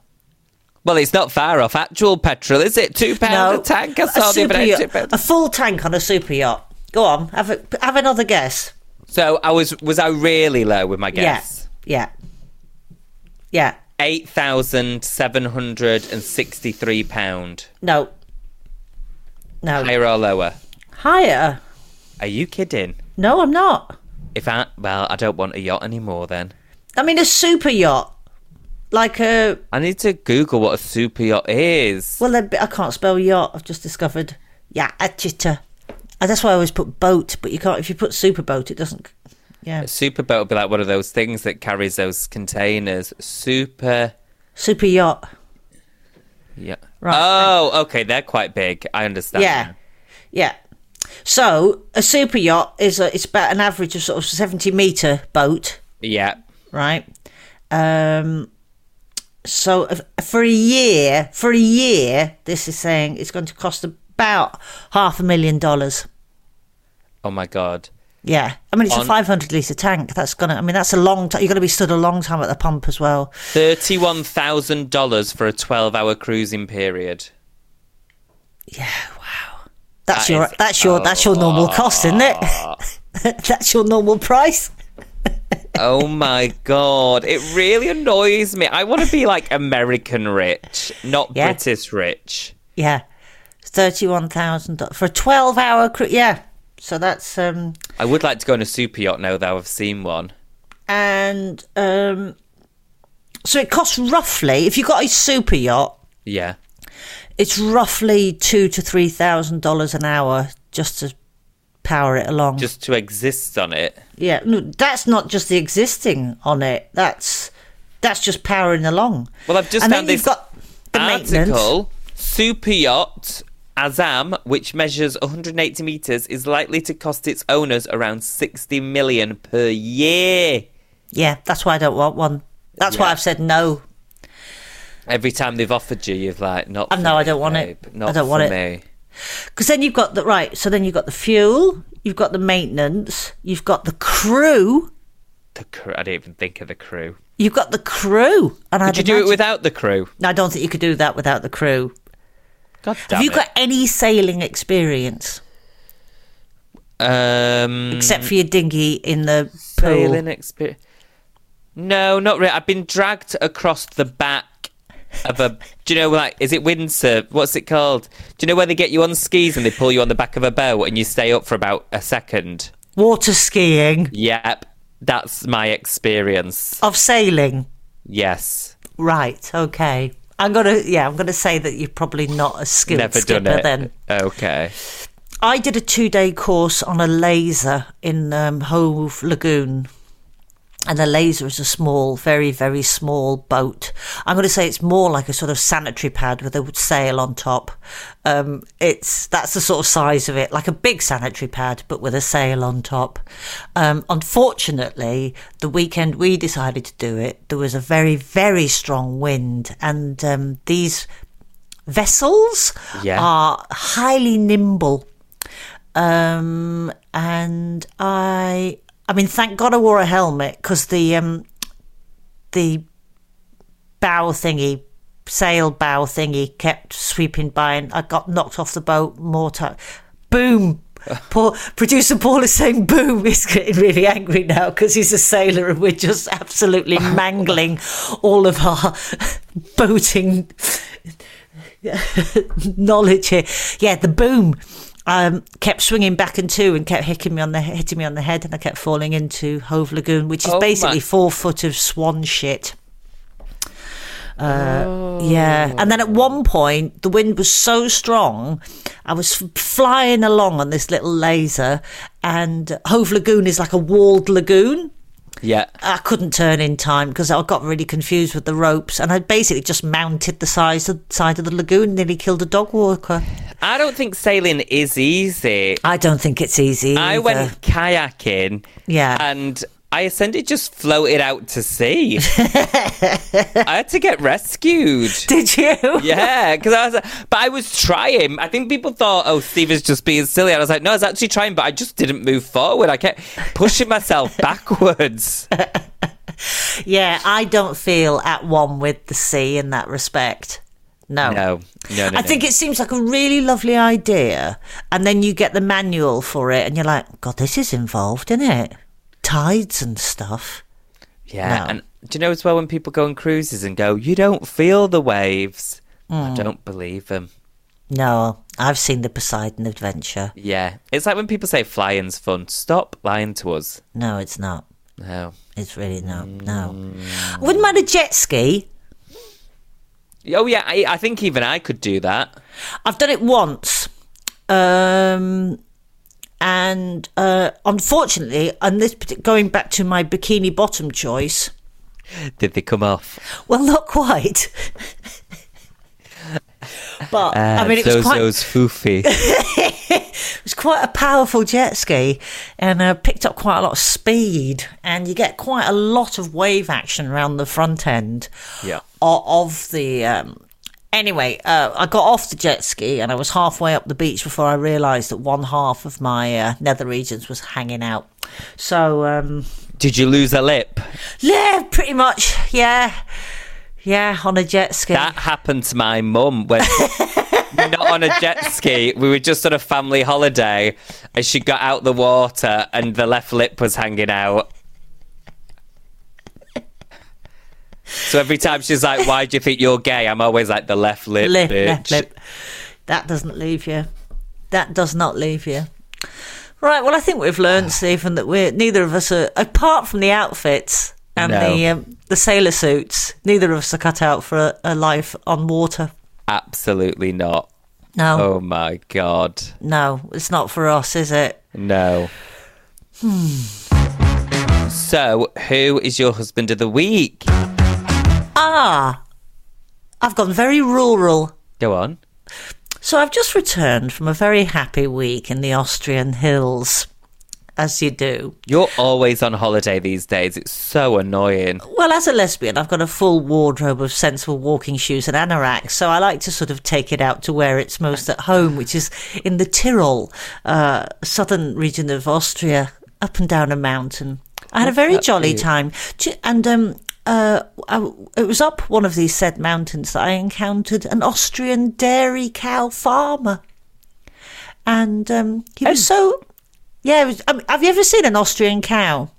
Speaker 1: Well, it's not far off actual petrol, is it? Two pound a tank. I
Speaker 2: a
Speaker 1: saw the
Speaker 2: super
Speaker 1: other day,
Speaker 2: yacht-
Speaker 1: two pound.
Speaker 2: a full tank on a super yacht. Go on, have a, have another guess.
Speaker 1: So I was was I really low with my guess?
Speaker 2: Yeah, yeah, yeah.
Speaker 1: Eight thousand seven hundred and sixty three pound.
Speaker 2: No, no.
Speaker 1: Higher or lower?
Speaker 2: Higher?
Speaker 1: Are you kidding?
Speaker 2: No, I'm not.
Speaker 1: If I well, I don't want a yacht anymore. Then
Speaker 2: I mean, a super yacht, like a
Speaker 1: I need to Google what a super yacht is.
Speaker 2: well, a, I can't spell yacht. I've just discovered. Yeah, a chitter. And that's why I always put boat, but you can't. If you put super boat, it doesn't. Yeah,
Speaker 1: Super boat would be like one of those things that carries those containers. Super
Speaker 2: super yacht.
Speaker 1: Yeah.
Speaker 2: Right.
Speaker 1: Oh, okay. They're quite big. I understand.
Speaker 2: Yeah, yeah. So a super yacht is a, it's about an average of sort of seventy meter boat,
Speaker 1: Yeah.
Speaker 2: right? Um, so if- for a year, for a year, this is saying it's going to cost about half a million dollars.
Speaker 1: Oh my god.
Speaker 2: Yeah, I mean it's a
Speaker 1: On-
Speaker 2: five hundred liter tank. That's gonna. I mean that's a long time. You're gonna be stood a long time at the pump as well.
Speaker 1: Thirty-one thousand dollars for a twelve-hour cruising period.
Speaker 2: That's
Speaker 1: That
Speaker 2: your.
Speaker 1: is
Speaker 2: that's your. That's your normal cost, isn't it? that's your normal price.
Speaker 1: Oh my god. It really annoys me. I want to be like American rich, not
Speaker 2: Yeah.
Speaker 1: British rich.
Speaker 2: Yeah, thirty-one thousand for a twelve-hour cruise. Yeah, so that's um
Speaker 1: I would like to go on a super yacht now, though. I've seen one.
Speaker 2: and um so it costs roughly if you got a super yacht,
Speaker 1: Yeah.
Speaker 2: it's roughly two to three thousand dollars an hour just to power it along.
Speaker 1: Just to exist on it.
Speaker 2: yeah, no, that's not just the existing on it. That's that's just powering along.
Speaker 1: Well, I've just
Speaker 2: and
Speaker 1: found
Speaker 2: then you've
Speaker 1: this
Speaker 2: got the maintenance.
Speaker 1: article super yacht azam which measures 180 meters is likely to cost its owners around 60 million per year
Speaker 2: Yeah, that's why I don't want one. That's why
Speaker 1: Yeah.
Speaker 2: I've said no.
Speaker 1: every time they've offered you you've like not
Speaker 2: Oh,
Speaker 1: for
Speaker 2: no,
Speaker 1: me,
Speaker 2: I don't want it.
Speaker 1: babe.
Speaker 2: I
Speaker 1: not
Speaker 2: don't want
Speaker 1: for
Speaker 2: it.
Speaker 1: me.
Speaker 2: Because then you've got the right. So then you've got the fuel, you've got the maintenance, you've got the crew,
Speaker 1: the crew i didn't even think of the crew
Speaker 2: you've got the crew. And
Speaker 1: could you do it without the crew
Speaker 2: I don't think you could do that without the crew.
Speaker 1: god damn
Speaker 2: Have you
Speaker 1: it.
Speaker 2: got any sailing experience
Speaker 1: um
Speaker 2: except for your dinghy in the pool?
Speaker 1: Mm. sailing experience No, not really. I've been dragged across the back of a. Do you know, like, is it Windsor? What's it called? Do you know where they get you on skis and they pull you on the back of a boat and you stay up for about a second?
Speaker 2: Water skiing,
Speaker 1: Yep, that's my experience.
Speaker 2: of sailing.
Speaker 1: Yes.
Speaker 2: Right, okay. I'm gonna yeah, I'm gonna say that you're probably not a skilled
Speaker 1: Never
Speaker 2: skipper
Speaker 1: done it.
Speaker 2: then.
Speaker 1: Okay.
Speaker 2: I did a two day course on a laser in um, Hove Lagoon. And the laser is a small, very, very small boat. I'm going to say it's more like a sort of sanitary pad with a sail on top. Um, it's that's the sort of size of it, like a big sanitary pad, but with a sail on top. Um, unfortunately, the weekend we decided to do it, there was a very, very strong wind, and um, these vessels
Speaker 1: Yeah.
Speaker 2: are highly nimble. Um, and I, I mean, thank God I wore a helmet because the um, the bow thingy, sail bow thingy, kept sweeping by, and I got knocked off the boat more time. Boom. Paul, producer Paul is saying boom. He's getting really angry now because he's a sailor and we're just absolutely mangling all of our boating knowledge here. Yeah, the boom um, kept swinging back and two and kept hitting me on the hitting me on the head, and I kept falling into Hove Lagoon, which is
Speaker 1: Oh my-
Speaker 2: basically four foot of swan shit. Uh, Yeah, and then at one point the wind was so strong, I was f- flying along on this little laser, and Hove Lagoon is like a walled lagoon.
Speaker 1: Yeah.
Speaker 2: I couldn't turn in time because I got really confused with the ropes, and I basically just mounted the size of, side of the lagoon, nearly killed a dog walker.
Speaker 1: I don't think sailing is easy.
Speaker 2: I don't think it's easy.
Speaker 1: I
Speaker 2: either.
Speaker 1: went kayaking.
Speaker 2: Yeah.
Speaker 1: And I essentially just floated out to sea. I had to get rescued.
Speaker 2: Did you?
Speaker 1: Yeah, because I was, but I was trying. I think people thought, oh, Steve is just being silly. And I was like, no, I was actually trying, but I just didn't move forward. I kept pushing myself backwards.
Speaker 2: Yeah, I don't feel at one with the sea in that respect. No.
Speaker 1: No, no, no.
Speaker 2: Oh. I think it seems like a really lovely idea, and then you get the manual for it, and you're like, God, this is involved, isn't it? Tides and stuff.
Speaker 1: yeah.
Speaker 2: no.
Speaker 1: And do you know as well when people go on cruises and go, you don't feel the waves?
Speaker 2: Mm.
Speaker 1: I don't believe them.
Speaker 2: No, I've seen the Poseidon Adventure.
Speaker 1: Yeah, it's like when people say flying's fun. Stop lying to us.
Speaker 2: No, it's not.
Speaker 1: No.
Speaker 2: It's really not. No. I wouldn't mind a jet ski.
Speaker 1: Oh yeah, I, I think even I could do that.
Speaker 2: I've done it once. Um, and uh, unfortunately, and this partic- going back to my bikini bottom choice,
Speaker 1: Did they come off?
Speaker 2: well, not quite. but I mean, it was
Speaker 1: Ah, those
Speaker 2: quite
Speaker 1: those foofy.
Speaker 2: It's quite a powerful jet ski and uh, picked up quite a lot of speed, and you get quite a lot of wave action around the front end
Speaker 1: Yeah.
Speaker 2: o- of the. Um, anyway, uh, I got off the jet ski and I was halfway up the beach before I realised that one half of my uh, nether regions was hanging out. So, um,
Speaker 1: Did you lose a lip?
Speaker 2: yeah, pretty much, yeah. Yeah, on a jet ski.
Speaker 1: That happened to my mum when not on a jet ski. We were just on a family holiday and she got out the water and the left lip was hanging out. So every time she's like, Why do you think you're gay? I'm always like the left lip.
Speaker 2: lip,
Speaker 1: bitch."
Speaker 2: lip, lip. That doesn't leave you. That does not leave you. Right. Well, I think we've learned, Stephen, that we're neither of us are, apart from the outfits and
Speaker 1: No.
Speaker 2: the um, the sailor suits, neither of us are cut out for a, a life on water.
Speaker 1: Absolutely not.
Speaker 2: No,
Speaker 1: Oh my god.
Speaker 2: no, it's not for us, is it?
Speaker 1: No. So, who is your husband of the week?
Speaker 2: Ah, I've gone very rural.
Speaker 1: Go on.
Speaker 2: So I've just returned from a very happy week in the Austrian hills, as you do.
Speaker 1: You're always on holiday these days. It's so annoying.
Speaker 2: Well, as a lesbian, I've got a full wardrobe of sensible walking shoes and anoraks, so I like to sort of take it out to where it's most at home, which is in the Tyrol, uh, southern region of Austria, up and down a mountain. I had a very jolly time, Do you- and um, uh, I, it was up one of these said mountains that I encountered an Austrian dairy cow farmer, um, and um, he was so yeah. It was, I mean, have you ever seen an Austrian cow?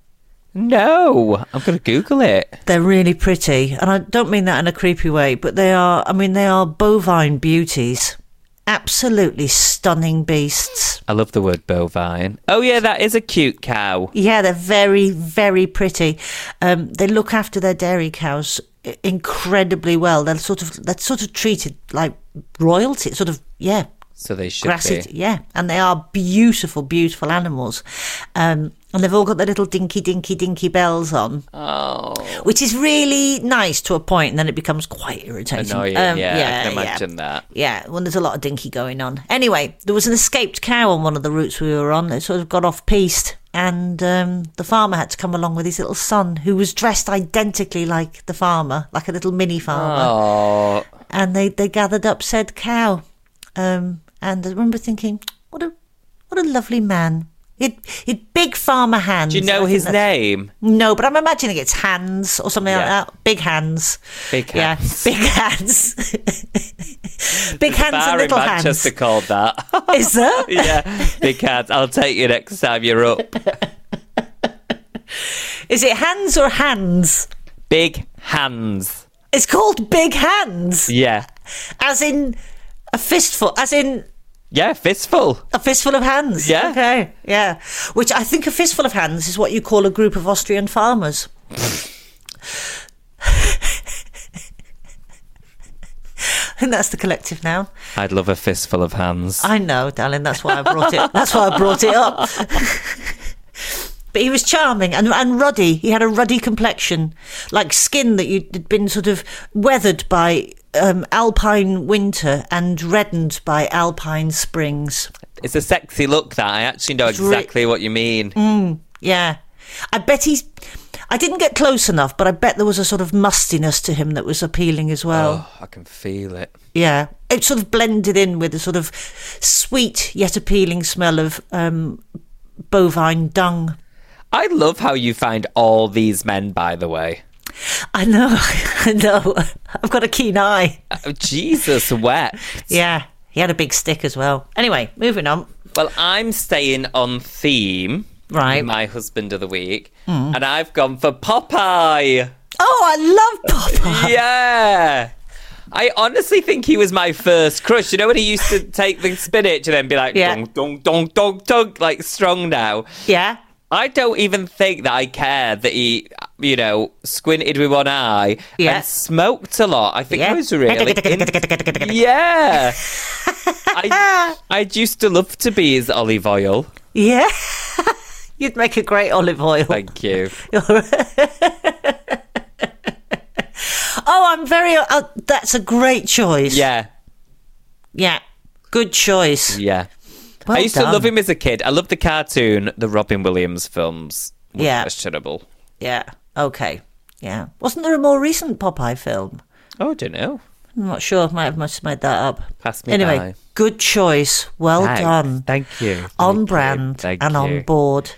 Speaker 1: No, I'm going to Google it.
Speaker 2: They're really pretty, and I don't mean that in a creepy way, but they are, I mean, they are bovine beauties. Absolutely stunning beasts.
Speaker 1: I love the word bovine. Oh, yeah, that is a cute cow.
Speaker 2: Yeah, they're very, very pretty. Um, they look after their dairy cows i- incredibly well. They're sort of they're sort of treated like royalty. Sort of yeah,
Speaker 1: So they should
Speaker 2: grassy.
Speaker 1: be.
Speaker 2: Yeah, and they are beautiful, beautiful animals. Um, and they've all got their little dinky, dinky, dinky bells on. Oh. Which is really nice to a point, and then it becomes quite irritating.
Speaker 1: Annoying.
Speaker 2: Um,
Speaker 1: yeah, I
Speaker 2: yeah.
Speaker 1: can imagine that.
Speaker 2: Yeah, when there's a lot of dinky going on. Anyway, there was an escaped cow on one of the routes we were on. It sort of got off piste, and um, the farmer had to come along with his little son, who was dressed identically like the farmer, like a little mini farmer.
Speaker 1: Oh,
Speaker 2: And they, they gathered up said cow. Um, and I remember thinking, what a what a lovely man. It it big farmer hands.
Speaker 1: do you
Speaker 2: I
Speaker 1: know
Speaker 2: think
Speaker 1: his
Speaker 2: that's-
Speaker 1: name?
Speaker 2: No, but I'm imagining it's hands or something
Speaker 1: Yeah.
Speaker 2: like that. Big hands.
Speaker 1: Big hands.
Speaker 2: Yeah, big hands. big hands and
Speaker 1: Bar in
Speaker 2: little
Speaker 1: Manchester called that.
Speaker 2: hands. Is there?
Speaker 1: yeah, big hands. I'll take you next time you're up.
Speaker 2: Is it hands or hands?
Speaker 1: Big hands.
Speaker 2: It's called big hands,
Speaker 1: Yeah.
Speaker 2: as in a fistful, as in
Speaker 1: Yeah, fistful.
Speaker 2: a fistful of hands.
Speaker 1: Yeah.
Speaker 2: Okay. Yeah. Which I think a fistful of hands is what you call a group of Austrian farmers. and that's the collective noun.
Speaker 1: I'd love a fistful of hands.
Speaker 2: I know, darling. That's why I brought it. That's why I brought it up. but he was charming and and ruddy. He had a ruddy complexion, like skin that you had been sort of weathered by um, alpine winter and reddened by alpine springs.
Speaker 1: It's a sexy look that I actually know
Speaker 2: re- Mm.
Speaker 1: exactly what you mean.
Speaker 2: Yeah, I bet he's. I didn't get close enough, but I bet there was a sort of mustiness to him that was appealing as well.
Speaker 1: Oh, I can feel it.
Speaker 2: Yeah, it sort of blended in with a sort of sweet yet appealing smell of um, bovine dung.
Speaker 1: I love how you find all these men, by the way.
Speaker 2: I know, I know. I've got a keen eye.
Speaker 1: Oh, Jesus wept.
Speaker 2: Yeah, he had a big stick as well. Anyway, moving on.
Speaker 1: Well, I'm staying on theme.
Speaker 2: Right. Mm.
Speaker 1: My husband of the week. And I've gone for Popeye.
Speaker 2: Oh, I love Popeye.
Speaker 1: Yeah. I honestly think he was my first crush. You know when he used to take the spinach and then be like,
Speaker 2: Yeah.
Speaker 1: dong, dong, dong, dong, dong, like strong now.
Speaker 2: Yeah,
Speaker 1: I don't even think that I care that he, you know, squinted with one eye
Speaker 2: Yeah.
Speaker 1: and smoked a lot. I think
Speaker 2: yeah.
Speaker 1: I was really. in- yeah. I, I used to love to be his olive oil.
Speaker 2: Yeah. You'd make a great olive oil.
Speaker 1: Thank you.
Speaker 2: Oh, I'm very. Uh, that's a great choice.
Speaker 1: Yeah.
Speaker 2: Yeah. Good choice.
Speaker 1: Yeah.
Speaker 2: Well
Speaker 1: I used to
Speaker 2: done.
Speaker 1: love him as a kid. I loved the cartoon, the Robin Williams films. were
Speaker 2: Yeah.
Speaker 1: Questionable.
Speaker 2: Yeah. Okay. Yeah. Wasn't there a more recent Popeye film?
Speaker 1: Oh, I don't know.
Speaker 2: I'm not sure. I might have just made that up.
Speaker 1: Pass me
Speaker 2: anyway,
Speaker 1: by.
Speaker 2: good choice. Well
Speaker 1: Thanks.
Speaker 2: done.
Speaker 1: Thank you.
Speaker 2: on
Speaker 1: Thank you.
Speaker 2: brand
Speaker 1: Thank
Speaker 2: and on
Speaker 1: you.
Speaker 2: board.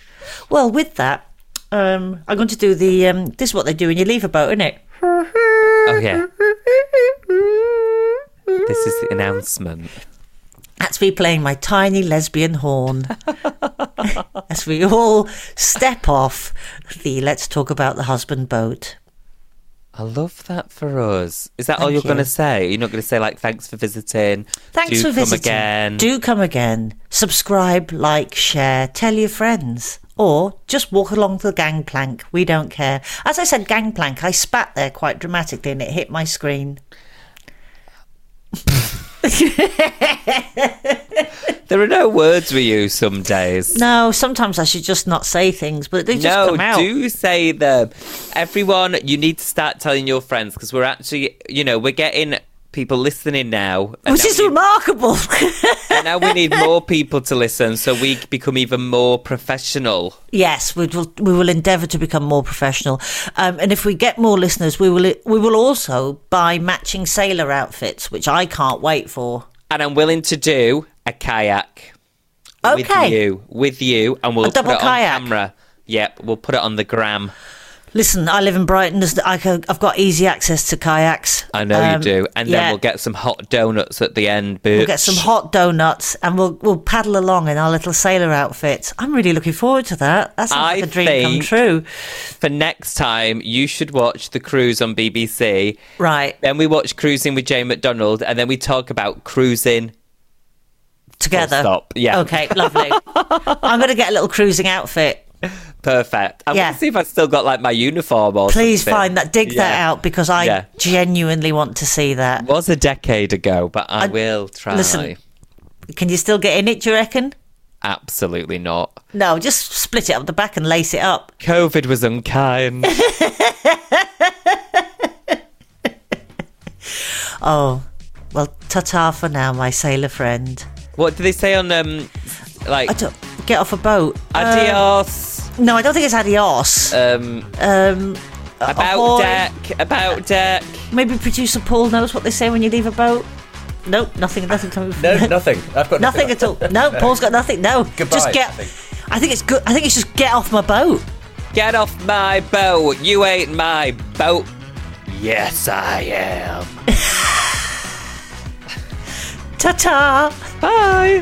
Speaker 2: Well, with that, um, I'm going to do the. Um, this is what they do when you leave a boat, isn't it?
Speaker 1: Oh, yeah. This is the announcement.
Speaker 2: That's me playing my tiny lesbian horn as we all step off the Let's Talk About the Husband boat.
Speaker 1: I love that for us. Is that all
Speaker 2: Thank
Speaker 1: you're going
Speaker 2: you.
Speaker 1: to say? You're not going to say like thanks for visiting.
Speaker 2: Thanks
Speaker 1: Do
Speaker 2: for
Speaker 1: come
Speaker 2: visiting.
Speaker 1: again.
Speaker 2: Do come again. Subscribe, like, share, tell your friends. Or just walk along the gangplank. We don't care. As I said, gangplank, I spat there quite dramatically and it hit my screen.
Speaker 1: There are no words we use some days.
Speaker 2: No, sometimes I should just not say things, but they just
Speaker 1: No,
Speaker 2: come out.
Speaker 1: do say them. Everyone, you need to start telling your friends because we're actually, you know, we're getting people listening now. and
Speaker 2: Which
Speaker 1: now
Speaker 2: is
Speaker 1: we-
Speaker 2: remarkable.
Speaker 1: and now we need more people to listen so we become even more professional.
Speaker 2: yes, we will, we will endeavour to become more professional, um, and if we get more listeners, we will we will also buy matching sailor outfits, which I can't wait for.
Speaker 1: And I'm willing to do a kayak. With
Speaker 2: Okay.
Speaker 1: you. With you. And we'll
Speaker 2: double
Speaker 1: put it
Speaker 2: kayak.
Speaker 1: on camera. Yep, we'll put it on the gram.
Speaker 2: Listen, I live in Brighton. There's- I can, I've got easy access to kayaks.
Speaker 1: I know you
Speaker 2: Um,
Speaker 1: do. And
Speaker 2: yeah.
Speaker 1: then we'll get some hot donuts at the end, bitch.
Speaker 2: We'll get some hot donuts and we'll we'll paddle along in our little sailor outfits. I'm really looking forward to that. That sounds
Speaker 1: I
Speaker 2: like a dream come
Speaker 1: think-
Speaker 2: true.
Speaker 1: For next time, you should watch The Cruise on BBC.
Speaker 2: Right.
Speaker 1: Then we watch Cruising with Jane McDonald, and then we talk about cruising.
Speaker 2: Together.
Speaker 1: stop. Yeah.
Speaker 2: Okay, lovely. I'm gonna get a little cruising outfit.
Speaker 1: Perfect. I'm
Speaker 2: Yeah.
Speaker 1: gonna see if I still got like my uniform or
Speaker 2: Please
Speaker 1: something.
Speaker 2: find that dig that
Speaker 1: Yeah.
Speaker 2: out because I
Speaker 1: Yeah.
Speaker 2: genuinely want to see that.
Speaker 1: It was a decade ago, but I, will try.
Speaker 2: listen. Can you still get in it, do you reckon?
Speaker 1: Absolutely not.
Speaker 2: No, just split it up the back and lace it up.
Speaker 1: COVID was unkind.
Speaker 2: Oh. Well, ta-ta for now, my sailor friend.
Speaker 1: what did they say on um like
Speaker 2: I don't get off a boat. Um,
Speaker 1: adios?
Speaker 2: No, I don't think it's adios.
Speaker 1: Um,
Speaker 2: um,
Speaker 1: about
Speaker 2: uh, ahoy.
Speaker 1: deck. About deck.
Speaker 2: Maybe producer Paul knows what they say when you leave a boat. Nope, nothing, nothing coming from
Speaker 4: No, nothing. I've got nothing.
Speaker 2: nothing at all. No, Paul's got nothing. No,
Speaker 4: Goodbye,
Speaker 2: just get.
Speaker 4: I think.
Speaker 2: I think it's good. I think it's just get off my boat.
Speaker 1: Get off my boat. You ain't my boat. Yes, I am.
Speaker 2: Ta ta.
Speaker 1: Bye.